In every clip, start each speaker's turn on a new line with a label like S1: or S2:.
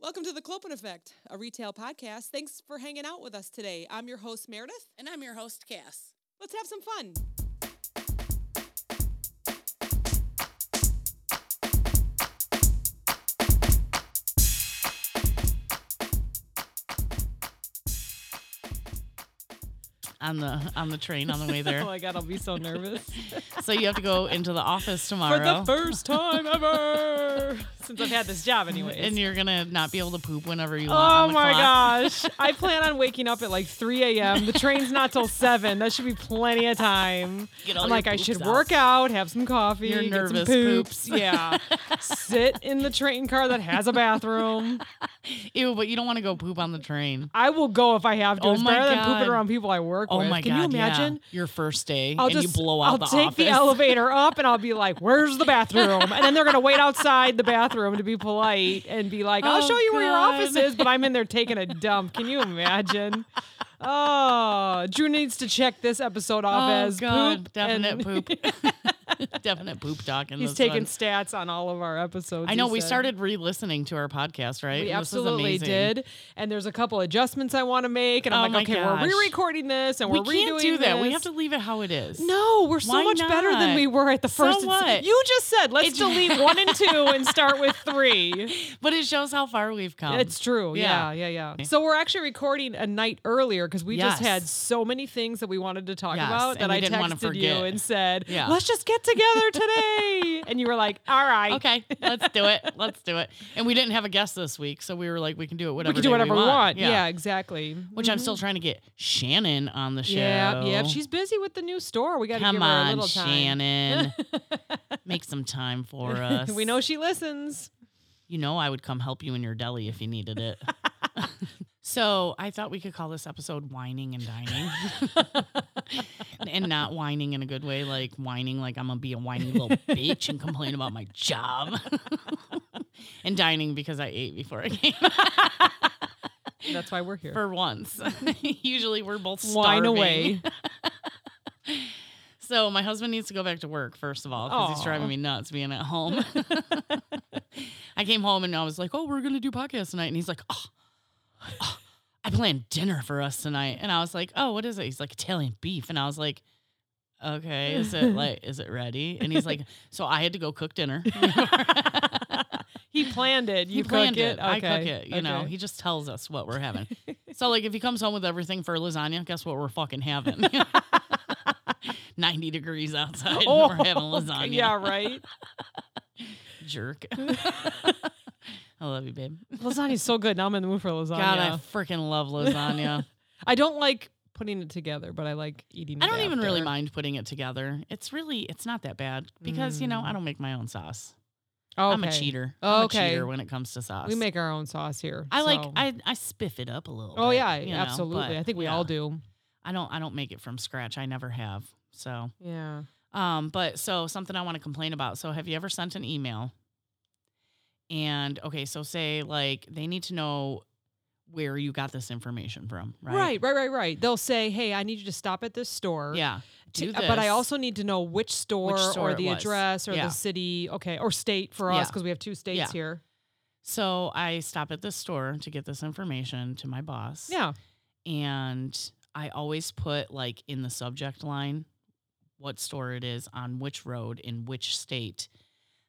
S1: Welcome to the Clopen Effect, a retail podcast. Thanks for hanging out with us today. I'm your host, Meredith.
S2: And I'm your host, Cass.
S1: Let's have some fun.
S3: on the on the train on the way
S4: Oh
S3: there.
S1: Oh my God, I'll be so nervous.
S3: so you have to go into the office tomorrow.
S1: first time ever since I've had this job, anyways.
S3: and you're gonna not be able to poop whenever you want. on
S4: Oh
S3: the
S4: my
S3: clock.
S4: gosh. I plan on waking up at like 3 a.m. The train's not till 7. That should be plenty of time.
S3: Get all
S4: I'm
S3: your
S4: like, I
S3: poops
S4: should
S3: out.
S4: work out, have some coffee,
S3: Your
S4: get some
S3: nervous poops.
S4: poops. Yeah. Sit in the train car that has a bathroom.
S3: Ew, but you don't want to go poop on the train.
S4: I will go if I have to.
S3: Oh
S4: it's
S3: my
S4: better than
S3: God.
S4: pooping around people I work
S3: Oh
S4: with.
S3: my
S4: Can
S3: god!
S4: you imagine?
S3: Yeah. Your first day,
S4: I'll
S3: and
S4: just
S3: you blow out
S4: I'll
S3: the
S4: take
S3: office.
S4: the elevator up and I'll be like, "Where's the bathroom?" And then they're gonna wait outside the bathroom to be polite and be like, "I'll
S3: Oh,
S4: show you where your
S3: God.
S4: office is," but I'm in there taking a dump. Can you imagine? Oh, Drew needs to check this episode
S3: Oh
S4: off as
S3: god!
S4: poop. and
S3: Definite poop. Definite poop talk. In
S4: He's
S3: this
S4: taking
S3: one.
S4: stats on all of our episodes.
S3: I know
S4: he
S3: we
S4: said.
S3: started re-listening to our podcast, right?
S4: We
S3: And this is
S4: absolutely
S3: amazing.
S4: did, and there's a couple adjustments I want to make, and
S3: Oh
S4: I'm
S3: my
S4: like, okay,
S3: gosh.
S4: we're re-recording this, and
S3: We
S4: are
S3: can't
S4: redoing
S3: do that. We
S4: this.
S3: have to leave it how it is.
S4: No, we're so
S3: Why
S4: much better
S3: not?
S4: than we were at the
S3: So
S4: first.
S3: what?
S4: You just said let's
S3: It-
S4: delete one and two and start with three.
S3: but it shows how far we've come.
S4: It's true.
S3: Um, yeah.
S4: Yeah, yeah, yeah. So we're actually recording a night earlier because we just
S3: Yes.
S4: had so many things that we wanted to talk
S3: Yes,
S4: about
S3: and
S4: that
S3: we
S4: I
S3: didn't wanna
S4: texted you
S3: forget.
S4: and said,
S3: Yeah.
S4: "Let's just get together today." and you were like, "All right,
S3: okay, let's do it. Let's do it. And we didn't have a guest this week, so we were like, we can do it whatever
S4: we can do
S3: day
S4: whatever
S3: we want.
S4: Yeah. exactly.
S3: Which I'm still trying to get Shannon on the show.
S4: Yeah, yeah. She's busy with the new store. We got to
S3: come
S4: give her
S3: on,
S4: a little time.
S3: Shannon. Make some time for us.
S4: we know she listens.
S3: you know I would come help you in your deli if you needed it. so I thought we could call this episode whining and dining. and not whining in a good way, like whining like I'm gonna be a whiny little bitch and complain about my job. and dining because I ate before I came
S4: That's why we're here.
S3: for once. Usually we're both
S4: Wine
S3: starving.
S4: away.
S3: So my husband needs to go back to work first of all because he's
S4: Aw.
S3: driving me nuts being at home. I came home and I was like, "Oh, we're gonna do podcast tonight," and he's like, "Oh, oh, I planned dinner for us tonight," and I was like, "Oh, what is it?" He's like, "Italian beef," and I was like. Okay, is it like is it ready? And he's like, so I had to go cook dinner.
S4: He planned it.
S3: he
S4: You
S3: planned
S4: cook it.
S3: it. I cook
S4: Okay.
S3: it. You know,
S4: Okay.
S3: he just tells us what we're having. so like, if he comes home with everything for lasagna, guess what we're fucking having? Ninety degrees outside, and
S4: Oh,
S3: we're having lasagna.
S4: Yeah, right.
S3: jerk. I love you, babe.
S4: Lasagna's so good. Now I'm in the mood for lasagna.
S3: God, I freaking love lasagna.
S4: I don't like putting it together, but I like eating it.
S3: I don't even really
S4: after.
S3: mind putting it together. It's really, it's not that bad because you know
S4: Mm.
S3: I don't make my own sauce.
S4: Okay.
S3: I'm a cheater. I'm
S4: Okay.
S3: a cheater when it comes to sauce.
S4: We make our own sauce here.
S3: I like
S4: so-
S3: I, I spiff it up a little.
S4: Oh
S3: bit,
S4: yeah,
S3: you know,
S4: absolutely.
S3: but,
S4: I think we
S3: yeah.
S4: all do.
S3: I don't I don't make it from scratch. I never have. So
S4: Yeah.
S3: um, but so something I want to complain about. So have you ever sent an email? And okay, so say like they need to know where you got this information from, right?
S4: Right. Right. Right. Right. They'll say, "Hey, I need you to stop at this store."
S3: Yeah.
S4: to-
S3: Do
S4: uh, But I
S3: this.
S4: also need to know which store,
S3: store
S4: or
S3: it
S4: the
S3: was.
S4: address or
S3: Yeah.
S4: the city, okay, or state for us
S3: Yeah.
S4: because we have two states
S3: Yeah.
S4: here.
S3: So I stop at the store to get this information to my boss.
S4: Yeah.
S3: And I always put like in the subject line what store it is, on which road, in which state.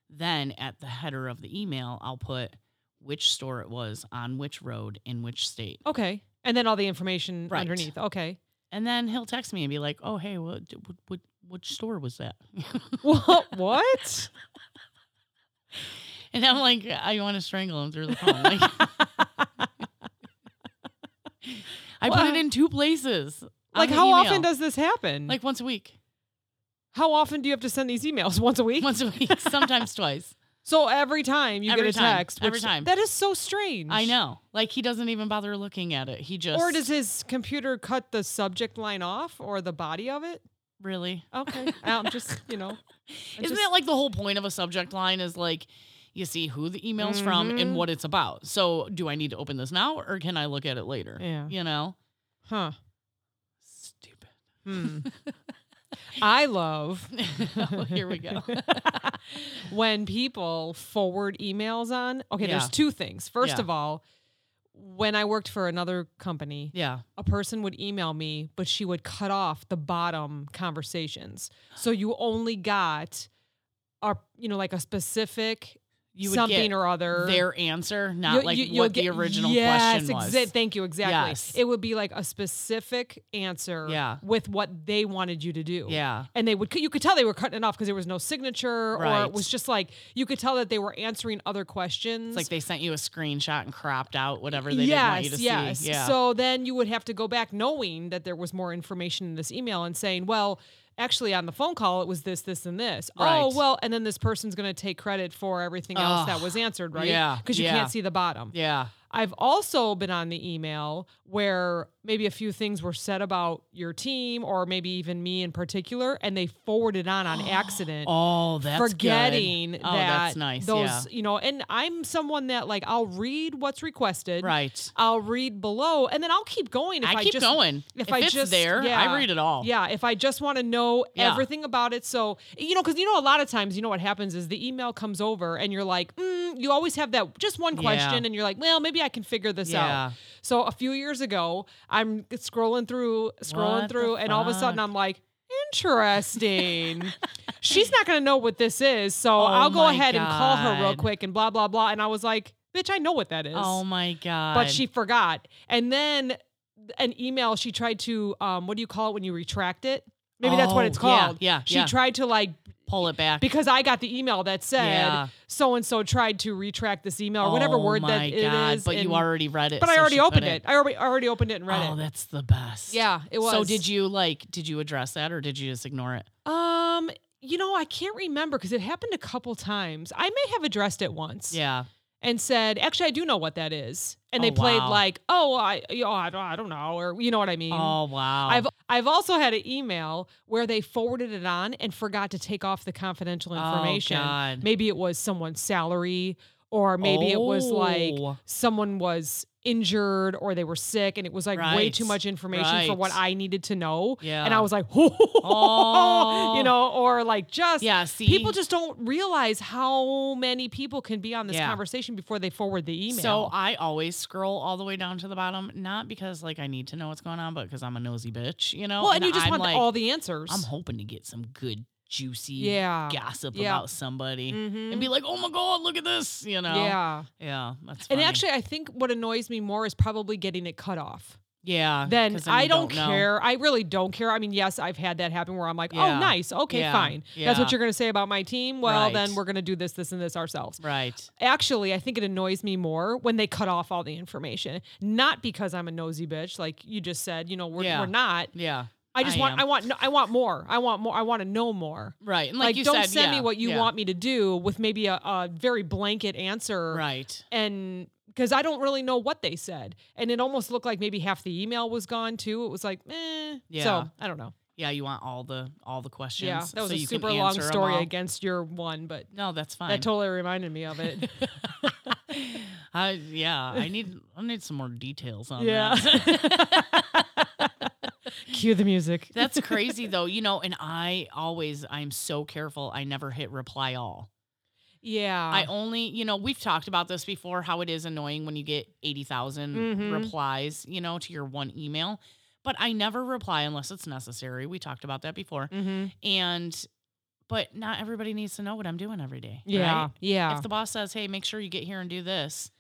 S3: Then at the header of the email, I'll put which store it was, on which road, in which state.
S4: Okay. And then all the information
S3: Right.
S4: underneath. Okay.
S3: And then he'll text me and be like, "Oh, hey, what what what, what store was that?"
S4: What? What?
S3: And I'm like, I want to strangle him through the phone. Like, I put it
S4: Well-
S3: in two places. on
S4: Like
S3: the
S4: how
S3: email.
S4: often does this happen?
S3: like once a week,
S4: how often do you have to send these emails? Once a week?
S3: once a week, sometimes twice.
S4: So every time you
S3: Every
S4: get a
S3: time.
S4: text,
S3: Every
S4: which-
S3: time.
S4: That is so strange.
S3: I know. Like he doesn't even bother looking at it. He just
S4: Or does his computer cut the subject line off or the body of it?
S3: really?
S4: Okay. I'm just, you know. I
S3: Isn't
S4: just-
S3: that like the whole point of a subject line? Is like. You see who the email's from and
S4: Mhm.
S3: what it's about. So, do I need to open this now or can I look at it later?
S4: Yeah.
S3: You know?
S4: Huh.
S3: Stupid.
S4: Hmm. I love.
S3: Oh, here we go.
S4: when people forward emails on. Okay,
S3: Yeah.
S4: there's two things. First
S3: Yeah.
S4: of all, when I worked for another company,
S3: Yeah.
S4: a person would email me, but she would cut off the bottom conversations. So you only got our, you know, like a specific
S3: You would
S4: something
S3: get
S4: or other.
S3: their answer, not
S4: You'll-
S3: like
S4: you- you'll
S3: what the
S4: get-
S3: original
S4: yes,
S3: question was.
S4: exa- thank you. Exactly.
S3: Yes.
S4: It would be like a specific answer
S3: Yeah.
S4: with what they wanted you to do.
S3: Yeah.
S4: And they would, you could tell they were cutting it off because there was no signature, or
S3: Right.
S4: it was just like you could tell that they were answering other questions.
S3: It's like they sent you a screenshot and cropped out whatever they didn't want you to see. Yeah.
S4: So then you would have to go back knowing that there was more information in this email and saying, well, actually on the phone call it was this, this, and this.
S3: Right.
S4: Oh, well, and then this person's gonna take credit for everything else that
S3: Ugh.
S4: was answered, right?
S3: Yeah,
S4: Because you
S3: yeah.
S4: can't see the bottom.
S3: yeah.
S4: I've also been on the email where maybe a few things were said about your team or maybe even me in particular, and they forwarded on on accident.
S3: Oh, that's good.
S4: forgetting that
S3: Oh, that's nice.
S4: those
S3: yeah.
S4: you know and i'm someone that like i'll read what's requested
S3: Right.
S4: I'll read below, and then I'll keep going. If I,
S3: I keep
S4: just,
S3: going. If,
S4: I
S3: it's
S4: just-
S3: there,
S4: yeah.
S3: I read it all.
S4: Yeah, if I just want to know
S3: Yeah.
S4: everything about it, so you know, because you know, a lot of times, you know, what happens is the email comes over, and you're like, mm, you always have that just one
S3: Yeah.
S4: question, and you're like, well, maybe I can figure this
S3: Yeah.
S4: out. So a few years ago, I'm scrolling through,
S3: What
S4: scrolling
S3: the
S4: through, and all of a sudden,
S3: fuck?
S4: I'm like. Interesting. She's not gonna know what this is, so
S3: Oh
S4: I'll go
S3: my
S4: ahead and call her real
S3: God.
S4: quick and blah blah blah. And I was like, "Bitch, I know what that is."
S3: Oh my god.
S4: but she forgot. And then th- an email she tried to um what do you call it when you retract it? Maybe that's what
S3: Oh,
S4: it's
S3: yeah,
S4: called.
S3: yeah,
S4: She
S3: yeah.
S4: tried to like
S3: pull it back.
S4: because I got the email that
S3: Yeah.
S4: said so and so tried to retract this email or whatever
S3: Oh
S4: word that
S3: my
S4: it is.
S3: God, But
S4: and-
S3: you already read it.
S4: But I
S3: so
S4: already
S3: she
S4: opened
S3: couldn't.
S4: it. I already I already opened it and read
S3: Oh,
S4: it.
S3: that's the best.
S4: Yeah, it was.
S3: So did you like? Did you address that, or did you just ignore it?
S4: Um, you know, I can't remember because it happened a couple times. I may have addressed it once.
S3: Yeah.
S4: and said, "Actually, I do know what that is." And
S3: Oh,
S4: they played
S3: wow.
S4: like, "Oh, I, you know, I, don't, I don't know," or you know what I mean.
S3: Oh wow.
S4: I've I've also had an email where they forwarded it on and forgot to take off the confidential information.
S3: Oh, God.
S4: Maybe it was someone's salary, or maybe it was like
S3: Oh.
S4: someone was injured or they were sick, and it was like way
S3: Right.
S4: too much information for what
S3: Right.
S4: I needed to know.
S3: Yeah.
S4: And I was like, you know, or like just
S3: Yeah. See.
S4: people just don't realize how many people can be on this
S3: Yeah.
S4: conversation before they forward the email.
S3: So I always scroll all the way down to the bottom, not because like I need to know what's going on, but because I'm a nosy bitch, you know.
S4: well, and you just
S3: I'm
S4: want
S3: like,
S4: all the answers.
S3: I'm hoping to get some good juicy
S4: yeah.
S3: gossip
S4: Yeah.
S3: about somebody
S4: Mhm.
S3: and be like, oh my god, look at this, you know.
S4: Yeah.
S3: Yeah. That's
S4: And
S3: funny.
S4: actually, I think what annoys me more is probably getting it cut off.
S3: yeah.
S4: Then
S3: Uh, 'cause
S4: I
S3: you
S4: don't,
S3: know.
S4: care. I really don't care. I mean, yes, I've had that happen where I'm like,
S3: Yeah.
S4: oh, nice. Okay,
S3: Yeah.
S4: fine. That's
S3: Yeah.
S4: what you're going to say about my team. Well,
S3: Right.
S4: then we're going to do this, this, and this ourselves.
S3: Right.
S4: actually, I think it annoys me more when they cut off all the information. Not because I'm a nosy bitch, like you just said. You know, we're,
S3: Yeah.
S4: we're not.
S3: Yeah.
S4: I just
S3: I
S4: want.
S3: am.
S4: I want. no- I want more. I want more. I want to know more.
S3: Right. And like,
S4: Like,
S3: you
S4: don't
S3: said,
S4: send
S3: yeah,
S4: me what you
S3: yeah.
S4: want me to do with maybe a, a very blanket answer.
S3: Right.
S4: And because I don't really know what they said, and it almost looked like maybe half the email was gone too. It was like, eh.
S3: Yeah.
S4: So I don't know.
S3: Yeah, you want all the all the questions.
S4: Yeah, that was
S3: so
S4: a
S3: you can
S4: super long
S3: answer 'em
S4: story
S3: all.
S4: against your one, but
S3: No, that's fine.
S4: that totally reminded me of it.
S3: I yeah, I need I need some more details on
S4: Yeah.
S3: that.
S4: Cue the music.
S3: That's crazy though, you know. And I always I'm so careful. I never hit reply all.
S4: yeah.
S3: I only you know we've talked about this before how it is annoying when you get eighty
S4: Mhm.
S3: replies you know to your one email, but I never reply unless it's necessary. We talked about that before,
S4: mm-hmm.
S3: and but not everybody needs to know what I'm doing every day.
S4: Yeah,
S3: right?
S4: yeah,
S3: If the boss says, "Hey, make sure you get here and do this,"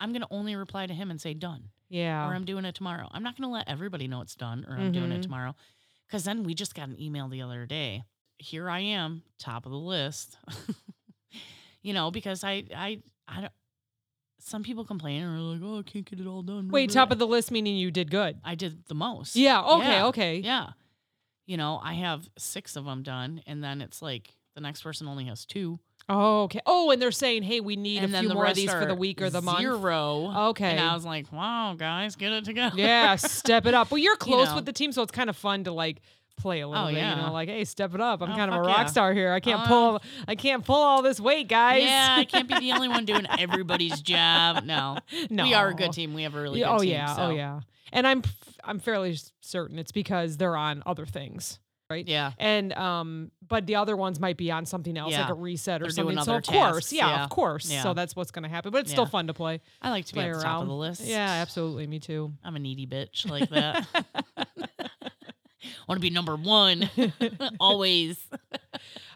S3: I'm going to only reply to him and say done,
S4: yeah.
S3: or I'm doing it tomorrow. I'm not going to let everybody know it's done or I'm doing
S4: Mhm.
S3: it tomorrow. Cuz then we just got an email the other day. Here I am, top of the list. you know, because I I I don't some people complain and are like, "Oh, I can't get it all done."
S4: Wait, top of the list meaning you did good.
S3: I did the most.
S4: Yeah. Okay.
S3: Yeah.
S4: Okay.
S3: Yeah. You know, I have 6 of them done and then it's like the next person only has 2.
S4: Oh, okay. Oh, and they're saying, hey, we need
S3: and
S4: a
S3: then
S4: few
S3: the
S4: more of
S3: rest
S4: these for the
S3: are
S4: week or the month.
S3: Zero.
S4: Okay.
S3: And I was like, wow, guys, get it together.
S4: yeah. Step it up. Well, you're close
S3: know.
S4: with the team, so it's kind of fun to like play a little
S3: Oh,
S4: bit. You
S3: yeah.
S4: know, like, hey, step it up. I'm
S3: Oh,
S4: kind of a
S3: fuck
S4: rock
S3: yeah.
S4: star here. I can't
S3: Oh.
S4: pull. I can't pull all this weight, guys.
S3: Yeah, I can't be the only one doing everybody's job. No.
S4: no,
S3: We are a good team. We have a really
S4: Yeah,
S3: good
S4: oh
S3: team.
S4: yeah.
S3: so-
S4: Oh yeah. And I'm f- I'm fairly s- certain it's because they're on other things. right?
S3: Yeah.
S4: And um, but the other ones might be on something else, like
S3: Yeah.
S4: a reset or
S3: They're
S4: something.
S3: doing
S4: So
S3: other
S4: of course,
S3: tasks,
S4: yeah,
S3: yeah.
S4: of course.
S3: Yeah.
S4: So that's what's gonna happen. But it's still
S3: Yeah.
S4: fun to play,
S3: I like to be
S4: play
S3: at the
S4: around.
S3: top of the list.
S4: Yeah, absolutely. Me too.
S3: I'm a needy bitch like that. Want to be number one always.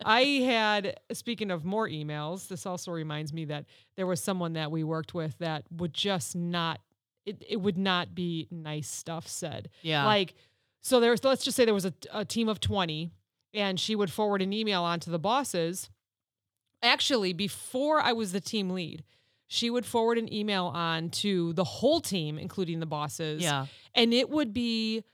S4: I had, speaking of more emails, this also reminds me that there was someone that we worked with that would just not, it, it would not be nice stuff said.
S3: Yeah.
S4: Like, so there's, let's just say there was a, a team of 20 and she would forward an email on to the bosses. Actually, before I was the team lead, she would forward an email on to the whole team, including the bosses
S3: yeah.
S4: and it would be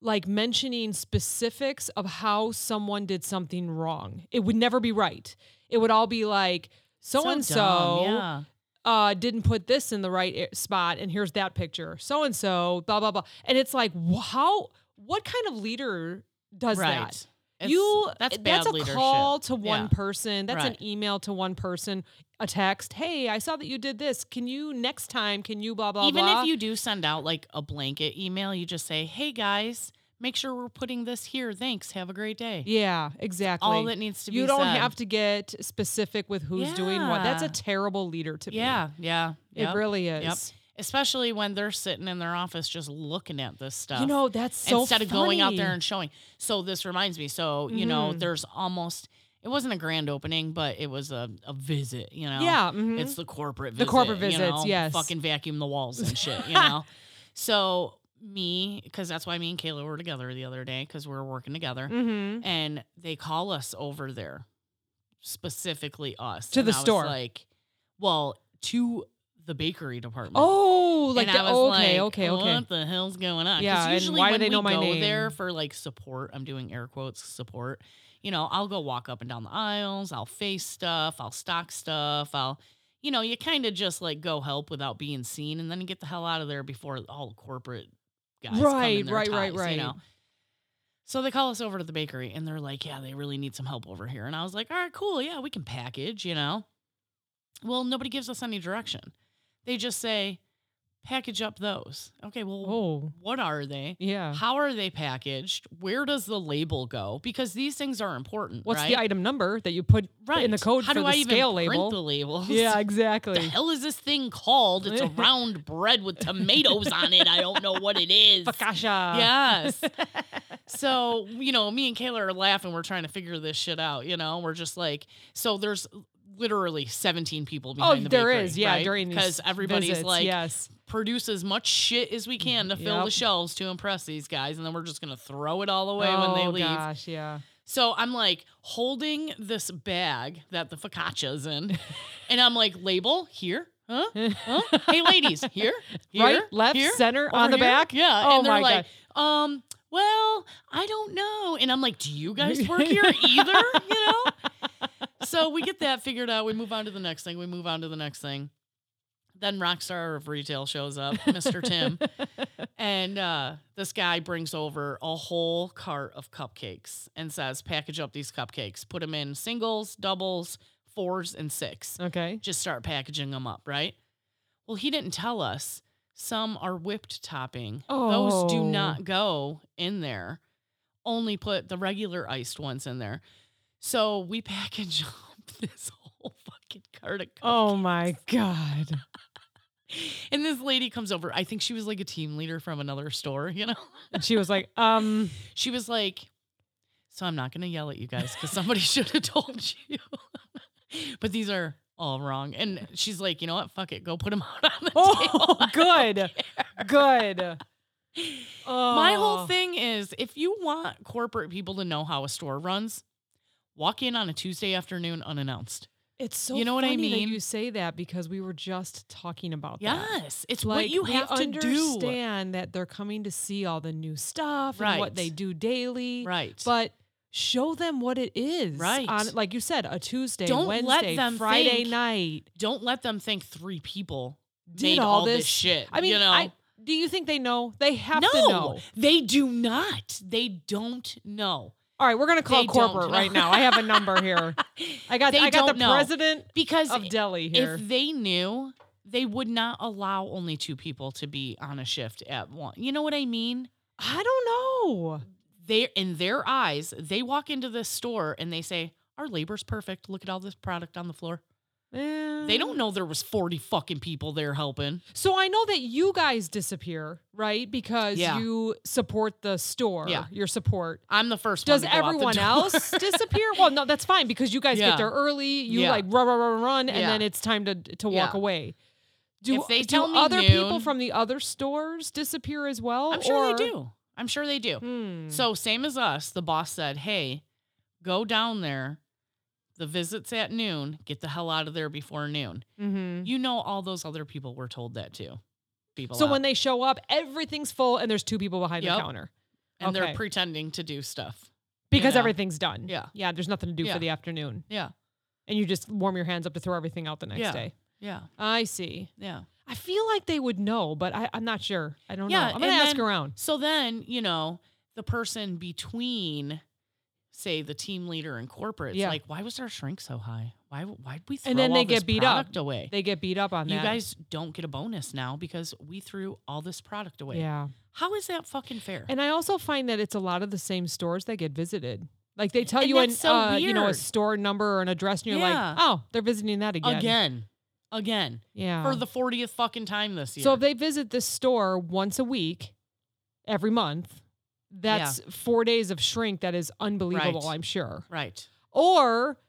S4: like mentioning specifics of how someone did something wrong. It would never be right. It would all be like so and
S3: dumb,
S4: so
S3: Yeah.
S4: uh didn't put this in the right a- spot and here's that picture. So and so blah blah blah. And it's like wh- how what kind of leader does
S3: Right.
S4: that?
S3: It's-
S4: you eh,
S3: that's bad
S4: that's a
S3: leadership.
S4: call to one
S3: Yeah.
S4: person. That's
S3: Right.
S4: an email to one person, a text, "Hey, I saw that you did this. Can you next time can you blah blah
S3: Even
S4: blah?"
S3: if you do send out like a blanket email, you just say, "Hey guys, make sure we're putting this here. Thanks. Have a great day."
S4: Yeah, exactly.
S3: All that needs to be
S4: you don't
S3: said.
S4: have to get specific with who's doing what. That's a
S3: Yeah.
S4: terrible leader to be.
S3: Yeah, yeah.
S4: It
S3: yep.
S4: really is.
S3: Especially when they're sitting in their office just looking at this stuff.
S4: You know, that's so
S3: instead of going out there
S4: funny.
S3: and showing. So this reminds me. So, you know,
S4: Mhm.
S3: there's almost it wasn't a grand opening, but it was a, a visit, you know.
S4: Yeah. mhm.
S3: It's the corporate
S4: The
S3: visit.
S4: corporate
S3: you
S4: visits,
S3: know,
S4: yes.
S3: Fucking vacuum the walls and shit, you know. So me, because that's why me and Kayla were together the other day, because we were working together.
S4: Mhm.
S3: And they call us over there, specifically us.
S4: To
S3: And
S4: the
S3: I was
S4: store.
S3: like, well, to the bakery department.
S4: Oh, like
S3: And
S4: the,
S3: I was
S4: okay,
S3: like,
S4: okay, okay.
S3: What the hell's going on? 'Cause
S4: Yeah, and
S3: usually
S4: why do
S3: when
S4: they
S3: we
S4: know my
S3: go
S4: name?
S3: there for like support, I'm doing air quotes support. You know, I'll go walk up and down the aisles. I'll face stuff. I'll stock stuff. I'll, you know, you kind of just like go help without being seen, and then get the hell out of there before all corporate guys. come in
S4: Right,
S3: their
S4: right, right,
S3: ties,
S4: right.
S3: You know. So they call us over to the bakery, and they're like, "Yeah, they really need some help over here." And I was like, "All right, cool. Yeah, we can package." You know. Well, nobody gives us any direction. They just say, package up those. Okay, well,
S4: Oh,
S3: what are they?
S4: yeah.
S3: How are they packaged? Where does the label go? Because these things are important.
S4: What's
S3: right?
S4: the item number that you put
S3: right.
S4: in the code
S3: How
S4: for
S3: do
S4: the
S3: I
S4: scale
S3: even
S4: label?
S3: Print the labels?
S4: yeah,
S3: What the
S4: exactly.
S3: hell is this thing called? It's a round bread with tomatoes on it. I don't know what it is.
S4: Focaccia.
S3: Yes. so, you know, me and Kayla are laughing. We're trying to figure this shit out. You know, we're just like, so there's literally 17 people
S4: Oh,
S3: behind the
S4: there
S3: bakery,
S4: is. Yeah,
S3: right?
S4: during these
S3: because everybody's
S4: visits,
S3: like,
S4: yes,
S3: produce as much shit as we can to fill
S4: Yep.
S3: the shelves to impress these guys, and then we're just gonna throw it all away when they
S4: Oh,
S3: leave.
S4: Gosh, yeah.
S3: So I'm like holding this bag that the focaccia's in, and I'm like, label here, huh? huh? Hey, ladies, here, here,
S4: right, left,
S3: here,
S4: center,
S3: over
S4: on the
S3: here."
S4: back.
S3: yeah.
S4: Oh
S3: and they're
S4: my
S3: like, um, well, I don't know, and I'm like, do you guys work here either? You know. So we get that figured out. We move on to the next thing. We move on to the next thing. Then Rockstar of Retail shows up, Mr. Tim, and uh, this guy brings over a whole cart of cupcakes and says, "Package up these cupcakes. Put them in singles, doubles, fours, and six.
S4: Okay.
S3: Just start packaging them up, right?" Well, he didn't tell us. Some are whipped topping. Those do
S4: Oh.
S3: not go in there. Only put the regular iced ones in there. So we package up this whole fucking cart of
S4: Oh my god.
S3: cupcakes. And this lady comes over. I think she was like a team leader from another store, you know?
S4: And she was like, um,
S3: She was like, So I'm not going to yell at you guys because somebody should have told you. but these are all wrong. And she's like, You know what? Fuck it. Go put them out on the table.
S4: oh, good, good. Oh.
S3: My whole thing is if you want corporate people to know how a store runs, walk in on a Tuesday afternoon unannounced.
S4: It's so
S3: you know what I
S4: funny that
S3: mean?
S4: you say that because we were just talking about that.
S3: Yes, it's
S4: Like
S3: what you
S4: they
S3: have to do.
S4: understand that they're coming to see all the new stuff and what
S3: Right.
S4: they do daily,
S3: Right.
S4: but show them what it is.
S3: Right.
S4: on, like you said, a Tuesday,
S3: Don't let
S4: Wednesday,
S3: them
S4: Friday
S3: think
S4: night.
S3: don't let them think three people
S4: Did
S3: made
S4: all
S3: all this,
S4: this.
S3: shit.
S4: I mean,
S3: you know,
S4: I, do you think they know? They have
S3: no,
S4: to know.
S3: they do not. They don't know
S4: All right, we're gonna call
S3: They don't
S4: corporate
S3: know.
S4: right now. I have a number here. I got
S3: They
S4: I got the
S3: don't know.
S4: president
S3: because
S4: of Delhi here.
S3: if they knew, they would not allow only two people to be on a shift at one. You know what I mean?
S4: I don't know.
S3: they in their eyes, they walk into this store and they say, "Our labor's perfect. Look at all this product on the floor." They don't
S4: Mm.
S3: know there was 40 fucking people there helping.
S4: Eh, So I know that you guys disappear, right? Because
S3: Yeah.
S4: you support the store.
S3: Yeah.
S4: Your support.
S3: I'm the first
S4: Does
S3: one to go out the
S4: everyone
S3: door.
S4: else disappear? Well, no, that's fine because you guys
S3: Yeah.
S4: get there early. You
S3: Yeah.
S4: like run, run, run, run, and
S3: Yeah.
S4: then it's time to to walk
S3: Yeah.
S4: away. Do,
S3: If they
S4: do
S3: tell me
S4: other people
S3: noon-
S4: from the other stores disappear as well?
S3: I'm sure
S4: or-
S3: they do. I'm sure they do.
S4: Hmm.
S3: So same as us, the boss said, "Hey, go down there. The visit's at noon. Get the hell out of there before noon."
S4: Mhm.
S3: You know, all those other people were told that too. People.
S4: So when
S3: out.
S4: they show up, everything's full and there's two people behind
S3: Yep.
S4: the counter
S3: and
S4: okay.
S3: they're pretending to do stuff.
S4: because
S3: know.
S4: everything's done.
S3: Yeah.
S4: Yeah. There's nothing to do
S3: Yeah.
S4: for the afternoon.
S3: Yeah,
S4: And you just warm your hands up to throw everything out the next
S3: Yeah.
S4: day.
S3: yeah,
S4: I see.
S3: yeah.
S4: I feel like they would know, but I, I'm not sure. I don't
S3: Yeah,
S4: know. I'm gonna
S3: and
S4: ask
S3: then-
S4: around.
S3: So then you know the person between, say, the team leader and corporate.
S4: Yeah.
S3: Yeah. Like, why was our shrink so high? Why? Why'd we throw
S4: And then
S3: all
S4: they get
S3: this
S4: beat up.
S3: product away?
S4: They get beat up on
S3: you
S4: that.
S3: guys don't get a bonus now because we threw all this product away.
S4: yeah.
S3: How is that fucking fair?
S4: And I also find that it's a lot of the same stores that get visited. Like they tell
S3: And
S4: you an,
S3: that's so
S4: uh, you know a
S3: weird.
S4: store number or an address, and you're
S3: Yeah.
S4: like, oh, they're visiting that again.
S3: again, again,
S4: Yeah.
S3: for the fortieth fucking time this year.
S4: Um, so if they visit this store once a week, every month, that's four days of shrink that is unbelievable.
S3: Right.
S4: I'm sure.
S3: right,
S4: Or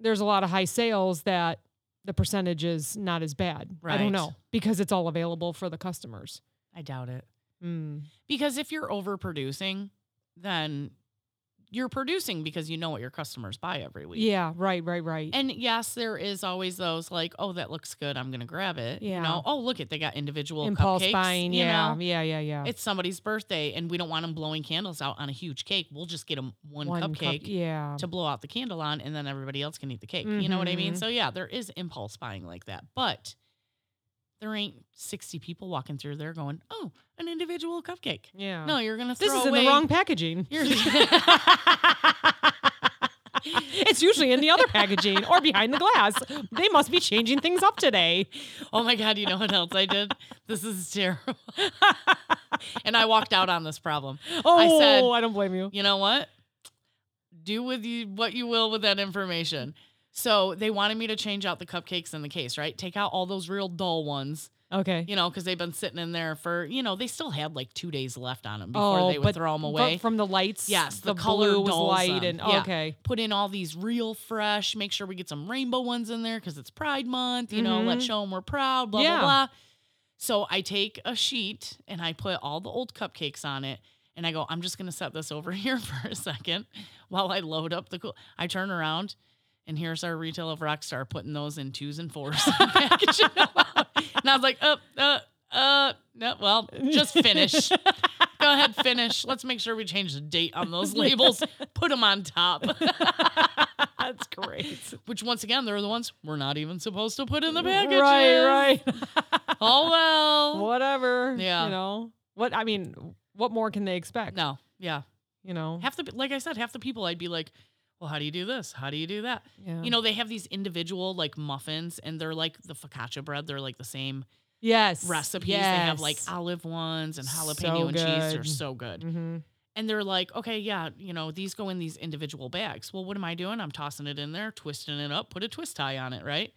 S4: there's a lot of high sales that the percentage is not as bad. I
S3: Right.
S4: don't know because it's all available for the customers.
S3: I doubt it
S4: Mm.
S3: because if you're overproducing, then you're producing because you know what your customers buy every week.
S4: Yeah, right, right, right.
S3: And yes, there is always those like, oh, that looks good, I'm gonna grab it.
S4: Yeah.
S3: You know, oh look it, they got individual
S4: Impulse
S3: cupcakes,
S4: buying.
S3: You
S4: Yeah,
S3: know?
S4: yeah, yeah, yeah.
S3: It's somebody's birthday, and we don't want them blowing candles out on a huge cake. We'll just get them one,
S4: One cup-
S3: cupcake
S4: yeah.
S3: to blow out the candle on, and then everybody else can eat the cake. You know what I mean?
S4: Mhm.
S3: So yeah, there is impulse buying like that, but there ain't sixty people walking through there going, "Oh, an individual cupcake."
S4: yeah.
S3: No, you're gonna
S4: this
S3: throw
S4: is
S3: away.
S4: in the wrong packaging.
S3: You're-
S4: it's usually in the other packaging or behind the glass. They must be changing things up today.
S3: oh my god! You know what else I did? This is terrible. and I walked out on this problem.
S4: Oh, I,
S3: said-
S4: don't blame you.
S3: you know what? Do with you what you will with that information. So they wanted me to change out the cupcakes in the case, right? Take out all those real dull ones,
S4: Okay.
S3: you know, because they've been sitting in there for, you know, they still had like two days left on them before they would throw them
S4: Oh, but
S3: away.
S4: from the lights.
S3: Yes,
S4: the, uh,
S3: the color
S4: blue was
S3: dulls
S4: light,
S3: them.
S4: and
S3: Yeah.
S4: okay,
S3: Put in all these real fresh. Make sure we get some rainbow ones in there because it's Pride Month. You know,
S4: Mhm.
S3: let's show them we're proud. Blah
S4: Yeah.
S3: blah blah. So I take a sheet and I put all the old cupcakes on it, and I go, I'm just gonna set this over here for a second while I load up the cool. I turn around, and here's our retail of Rockstar putting those in twos and fours, and packaging them up. And I was like, uh, uh, uh, no, well, just finish. Go ahead, finish. Let's make sure we change the date on those labels. Put them on top.
S4: that's great.
S3: Which, once again, they're the ones we're not even supposed to put in the packages.
S4: Right, right.
S3: Oh well.
S4: Whatever.
S3: Yeah.
S4: You know what? I mean, what more can they expect?
S3: No. Yeah.
S4: You know.
S3: Half the like I said, half the people I'd be like, well, how do you do this? How do you do that?
S4: Yeah.
S3: You know, they have these individual like muffins, and they're like the focaccia bread. They're like the same
S4: Yes.
S3: recipes. They have like olive ones and
S4: So
S3: jalapeno and cheese. They're
S4: good.
S3: so good.
S4: hmm
S3: And they're like, okay, yeah, you know, these go in these individual bags. Well, what am I doing? I'm tossing it in there, twisting it up, put a twist tie on it, right?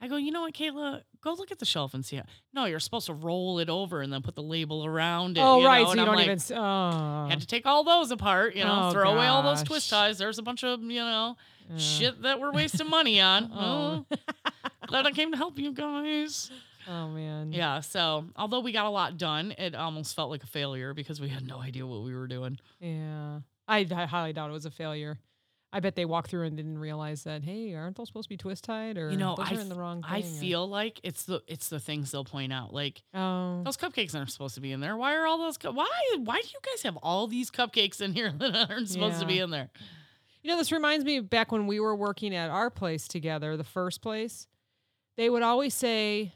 S3: I go, you know what, Kayla, go look at the shelf and see it. No, you're supposed to roll it over and then put the label around it.
S4: Oh
S3: you
S4: right,
S3: know?
S4: so
S3: And
S4: you
S3: I'm
S4: don't
S3: like,
S4: even. s- Oh.
S3: Had to take all those apart, you know,
S4: Oh,
S3: throw away all those twist
S4: gosh.
S3: ties. There's a bunch of, you know,
S4: Yeah.
S3: shit that we're wasting money on.
S4: Oh.
S3: Oh, glad I came to help you guys.
S4: Oh man.
S3: Yeah. So, although we got a lot done, it almost felt like a failure because we had no idea what we were doing.
S4: Yeah. I, d- I highly doubt it was a failure. I bet they walked through and didn't realize that. Hey, aren't those supposed to be twist tied? Or
S3: know,
S4: those
S3: I
S4: are in the wrong.
S3: I
S4: thing," or-
S3: feel like it's the it's the things they'll point out. Like
S4: Oh.
S3: those cupcakes aren't supposed to be in there. Why are all those? Cu- why why do you guys have all these cupcakes in here that aren't supposed to
S4: Yeah.
S3: be in there?
S4: You know, this reminds me of back when we were working at our place together, the first place. They would always say,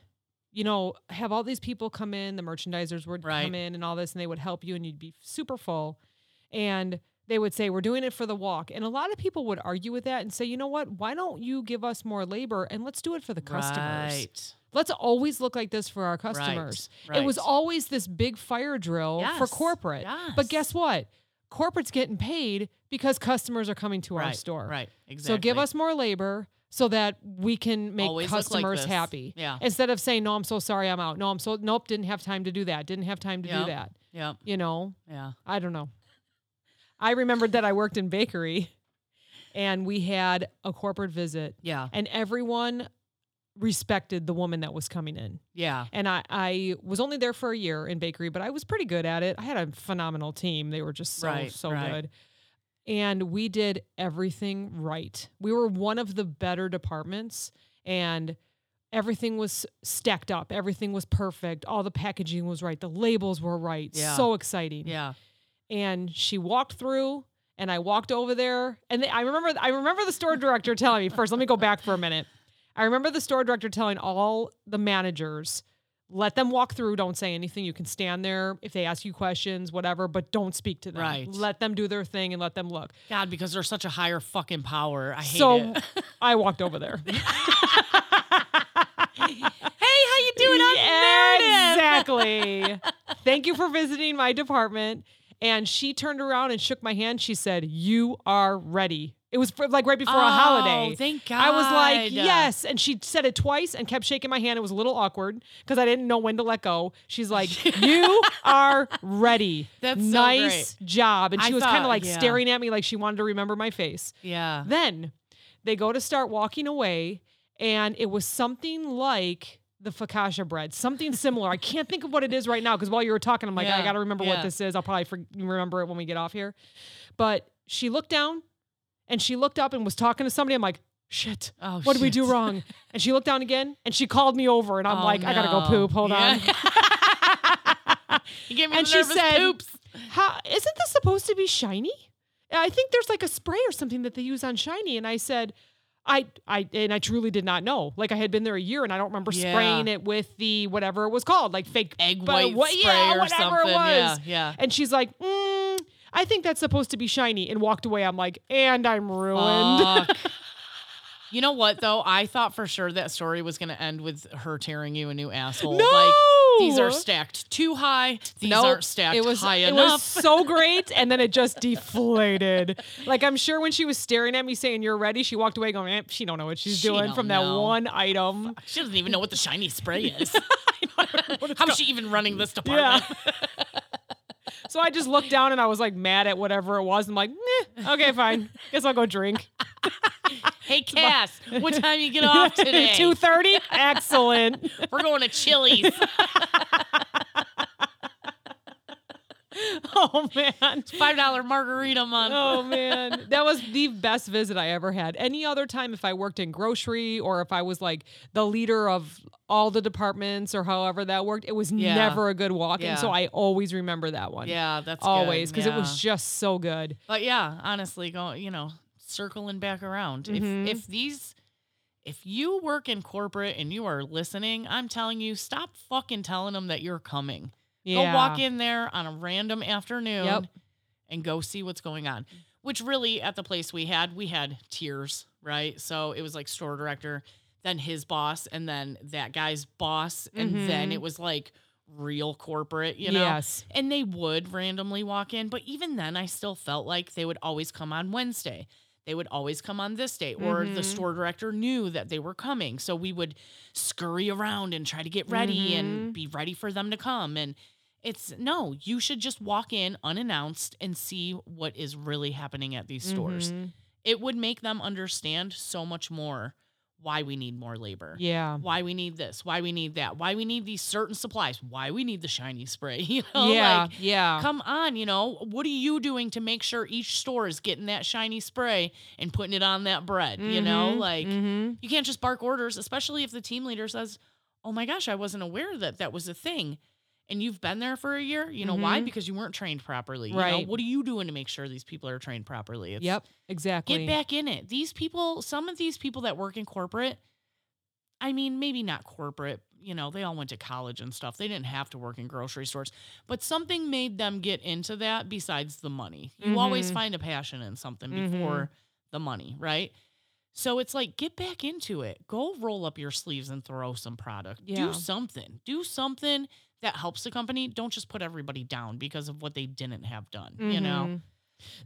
S4: you know, have all these people come in, the merchandisers would
S3: Right.
S4: come in and all this, and they would help you, and you'd be super full. And they would say, We're doing it for the walk. And a lot of people would argue with that and say, You know what? Why don't you give us more labor and let's do it for the customers?
S3: Right.
S4: Let's always look like this for our customers. It was
S3: right.
S4: always this big fire drill for
S3: Yes,
S4: corporate. But
S3: yes.
S4: guess what? corporate's getting paid because customers are coming to our
S3: right,
S4: store.
S3: Right. Exactly.
S4: So give us more labor so that we can make
S3: Always look like
S4: customers
S3: this.
S4: happy.
S3: Yeah.
S4: Instead of saying, no, I'm so sorry, I'm out. No, I'm so, nope, didn't have time to do that. Didn't have time to
S3: Yep.
S4: do that.
S3: Yeah.
S4: You know,
S3: Yeah.
S4: I don't know. I remembered that I worked in bakery and we had a corporate visit
S3: Yeah.
S4: and everyone respected the woman that was coming in.
S3: Yeah.
S4: And I, I was only there for a year in bakery, but I was pretty good at it. I had a phenomenal team. They were just so,
S3: Right,
S4: so
S3: right.
S4: good. And we did everything right. We were one of the better departments and everything was stacked up. Everything was perfect. All the packaging was right. The labels were right.
S3: Yeah.
S4: So exciting.
S3: Yeah.
S4: And she walked through and I walked over there. And they- I remember I remember the store director telling me first, let me go back for a minute. I remember the store director telling all the managers, let them walk through, don't say anything. You can stand there if they ask you questions, whatever, but don't speak to them.
S3: Right.
S4: Let them do their thing and let them look.
S3: God, because they're such a higher fucking power. I hate
S4: so
S3: it.
S4: I walked over there.
S3: hey, how you doing? I'm
S4: Yeah,
S3: Meredith.
S4: Exactly. Thank you for visiting my department. And she turned around and shook my hand. She said, You are ready. It was for, like right before a
S3: Oh,
S4: holiday.
S3: Thank God.
S4: I was like, Yes. And she said it twice and kept shaking my hand. It was a little awkward because I didn't know when to let go. She's like, You are ready.
S3: That's so
S4: nice job. And she
S3: I
S4: was
S3: thought-
S4: kind of like
S3: yeah.
S4: staring at me like she wanted to remember my face.
S3: Yeah.
S4: Then they go to start walking away, and it was something like the focaccia bread, something similar. I can't think of what it is right now because while you were talking, I'm like, I
S3: Yeah,
S4: got to remember
S3: yeah.
S4: what this is. I'll probably for- remember it when we get off here. But she looked down and she looked up and was talking to somebody. I'm like, shit.
S3: Oh,
S4: What did we do
S3: shit.
S4: wrong? And she looked down again and she called me over and I'm
S3: Oh,
S4: like, I gotta go
S3: no.
S4: poop. Hold on.
S3: Yeah. you gave me
S4: And
S3: the
S4: she
S3: nervous
S4: said-
S3: poops.
S4: How isn't this supposed to be shiny? I think there's like a spray or something that they use on shiny. And I said, I I and I truly did not know. Like I had been there a year and I don't remember
S3: Yeah. Eh.
S4: spraying it with the whatever it was called, like fake
S3: Egg
S4: but
S3: white
S4: what-
S3: spray
S4: yeah,
S3: or
S4: whatever
S3: something.
S4: it was.
S3: Yeah. Yeah.
S4: And she's like, mm, I think that's supposed to be shiny, and walked away. I'm like, and I'm ruined.
S3: Fuck. you know what though? I thought for sure that story was gonna end with her tearing you a new asshole. Like these are stacked too high. These
S4: Nope.
S3: aren't stacked
S4: it was
S3: high
S4: it was
S3: enough.
S4: so great, and then it just deflated. Like I'm sure when she was staring at me saying "You're ready," she walked away going, eh, "She don't know what she's
S3: She
S4: doing
S3: don't
S4: from that
S3: know.
S4: one item."
S3: she doesn't even know what the shiny spray is. How is she even running this department?
S4: so I just looked down and I was like mad at whatever it was. I'm like, "Meh, okay, fine. Guess I'll go drink.
S3: Hey Cass, what time you get off today?
S4: Two thirty, excellent.
S3: We're going to Chili's.
S4: Oh man.
S3: Five dollar margarita month.
S4: Oh man, that was the best visit I ever had. Any other time, if I worked in grocery or if I was like the leader of all the departments or however that worked, it was
S3: Yeah.
S4: never a good walk. And so
S3: Yeah.
S4: I always remember that one.
S3: Yeah, that's good,
S4: always because it
S3: yeah.
S4: was just so good.
S3: But yeah, honestly, go you know, circling back around.
S4: Mhm.
S3: If if these if you work in corporate and you are listening, I'm telling you, stop fucking telling them that you're coming.
S4: Yeah.
S3: Go walk in there on a random afternoon
S4: Yep.
S3: and go see what's going on. Which really at the place we had, we had tiers, right? So it was like store director, then his boss, and then that guy's boss, and then
S4: Mhm.
S3: it was like real corporate, you know?
S4: Yes.
S3: And they would randomly walk in, but even then, I still felt like they would always come on Wednesday. They would always come on this day, or the
S4: Mhm.
S3: store director knew that they were coming. So we would scurry around and try to get ready
S4: Mm-hmm.
S3: and be ready for them to come. And it's no, you should just walk in unannounced and see what is really happening at these stores.
S4: Mhm.
S3: It would make them understand so much more why we need more labor
S4: Yeah.
S3: why we need this, why we need that, why we need these certain supplies, why we need the shiny spray. You know,
S4: yeah.
S3: Oh, like
S4: yeah.
S3: come on, you know, what are you doing to make sure each store is getting that shiny spray and putting it on that bread? You know,
S4: Mhm.
S3: like
S4: Mhm.
S3: you can't just bark orders, especially if the team leader says, "Oh my gosh, I wasn't aware that that was a thing." And you've been there for a year, you know why?
S4: Mhm.
S3: Because you weren't trained properly. You
S4: Right.
S3: know, what are you doing to make sure these people are trained properly? It's-
S4: Yep. Exactly.
S3: Get back in it. These people, some of these people that work in corporate, I mean, maybe not corporate, you know, they all went to college and stuff. They didn't have to work in grocery stores, but something made them get into that besides the money. You always
S4: Mhm.
S3: find a passion in something
S4: Mhm.
S3: before the money, right? So it's like, get back into it. Go roll up your sleeves and throw some product.
S4: Yeah.
S3: Do something. Do something that helps the company. Don't just put everybody down because of what they didn't have done, you know?
S4: Mhm.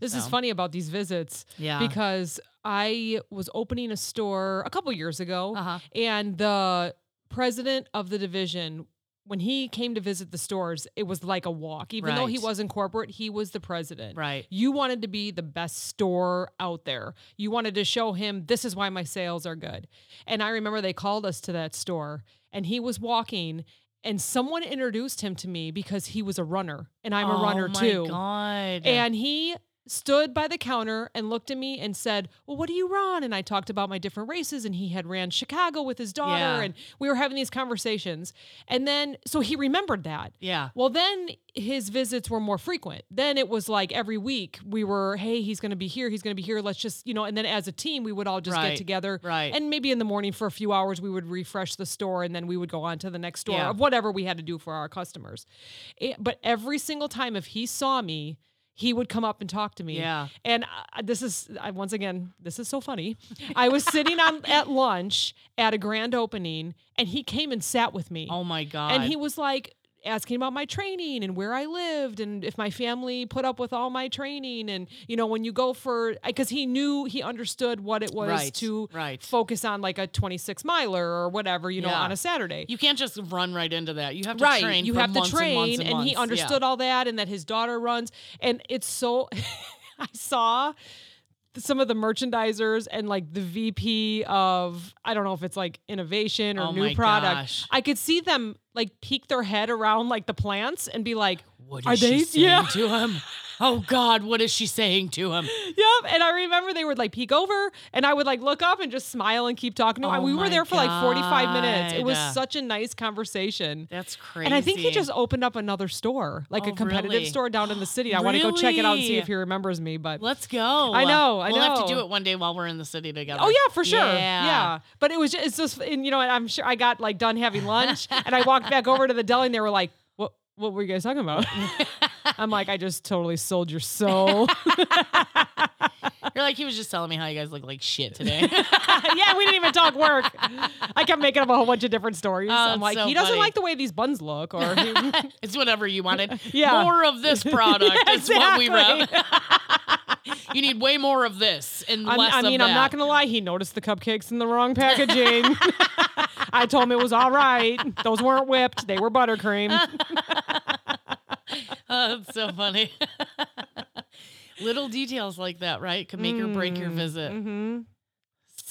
S4: This is
S3: So.
S4: funny about these visits
S3: Mm-hmm. Yeah.
S4: because I was opening a store a couple years ago,
S3: uh-huh.
S4: and the president of the division. When he came to visit the stores, it was like a walk. Even though he
S3: Right.
S4: wasn't corporate, he was the president.
S3: Right.
S4: You wanted to be the best store out there. You wanted to show him this is why my sales are good. And I remember they called us to that store and he was walking and someone introduced him to me because he was a runner and I'm a runner
S3: oh my
S4: too.
S3: God.
S4: And he stood by the counter and looked at me and said, Well, what do you run? And I talked about my different races, and he had ran Chicago with his daughter,
S3: Yeah.
S4: and we were having these conversations. And then, so he remembered that.
S3: yeah.
S4: Well, then his visits were more frequent. Then it was like every week we were, hey, he's going to be here, he's going to be here. Let's just, you know, and then as a team, we would all just
S3: Right,
S4: get together.
S3: Right.
S4: And maybe in the morning for a few hours, we would refresh the store and then we would go on to the next store
S3: Yeah.
S4: of whatever we had to do for our customers. It- but every single time, if he saw me, he would come up and talk to me.
S3: yeah.
S4: And I, this is I, once again, this is so funny. I was sitting on at lunch at a grand opening, and he came and sat with me.
S3: Oh my God.
S4: And he was like asking about my training and where I lived and if my family put up with all my training and you know when you go for because he knew he understood what it was
S3: right.
S4: to
S3: right.
S4: focus on like a 26 miler or whatever you know
S3: Yeah.
S4: on a Saturday.
S3: you can't just run right into that. You have to
S4: right,
S3: train.
S4: you
S3: for
S4: have to
S3: months
S4: train,
S3: and, months and,
S4: he
S3: months. Yeah.
S4: understood all that, and that his daughter runs, and it's so. I saw some of the merchandisers and like the VP of I don't know if it's like innovation or
S3: Oh
S4: new
S3: my
S4: product.
S3: gosh.
S4: I could see them like peek their head around like the plants and be like,
S3: What is
S4: Are
S3: she
S4: they-
S3: saying
S4: yeah.
S3: to him? Oh God, what is she saying to him?
S4: "Yep." And I remember they would like peek over, and I would like look up and just smile and keep talking. to him.
S3: Oh
S4: we
S3: my
S4: were there for like forty-five minutes. It was
S3: God.
S4: such a nice conversation.
S3: That's crazy.
S4: And I think he just opened up another store, like a
S3: Oh,
S4: competitive
S3: really?
S4: store down in the city. I want to go check it out and see
S3: Really?
S4: if he remembers me. But
S3: Let's go.
S4: I know, I
S3: we'll have to do
S4: know.
S3: it one day while we're in the city together.
S4: oh yeah, for sure, yeah.
S3: Yeah.
S4: But it was just, it's just, and you know, and I'm sure I got like done having lunch, and I walked back over to the deli, and they were like, "What? What were you guys talking about?" I'm like, "I just totally sold your soul."
S3: You're like he was just telling me how you guys look like shit today.
S4: yeah, we didn't even talk work. I kept making up a whole bunch of different stories.
S3: Oh,
S4: I'm
S3: it's
S4: like,
S3: so
S4: he doesn't
S3: funny.
S4: like the way these buns look, or he,
S3: it's whatever you wanted.
S4: Yeah.
S3: More of this product
S4: Yeah,
S3: is what we
S4: exactly.
S3: rub. you need way more of this and
S4: I'm-
S3: less
S4: I
S3: of
S4: mean, I'm not
S3: that.
S4: gonna lie. He noticed the cupcakes in the wrong packaging. I told him it was all right. Those weren't whipped. They were buttercream.
S3: Oh, that's so funny. Little details like that, right? Could make or break your
S4: Mm,
S3: visit.
S4: mhm.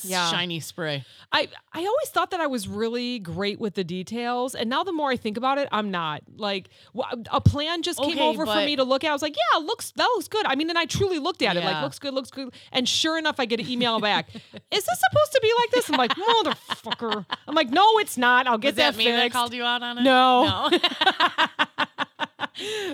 S4: yeah.
S3: Shiny spray.
S4: I I always thought that I was really great with the details, and now the more I think about it, I'm not. Like wh- a plan just came
S3: Okay,
S4: over for
S3: but-
S4: me to look at. I was like, yeah, looks that looks good. I mean, and I truly looked at it. Like
S3: Yeah.
S4: looks good, looks good. And sure enough, I get an email back. Is this supposed to be like this? I'm like, motherfucker. I'm like, no, it's not. I'll get
S3: Does that,
S4: that,
S3: mean I
S4: fixed.
S3: called you out on it?
S4: No.
S3: No.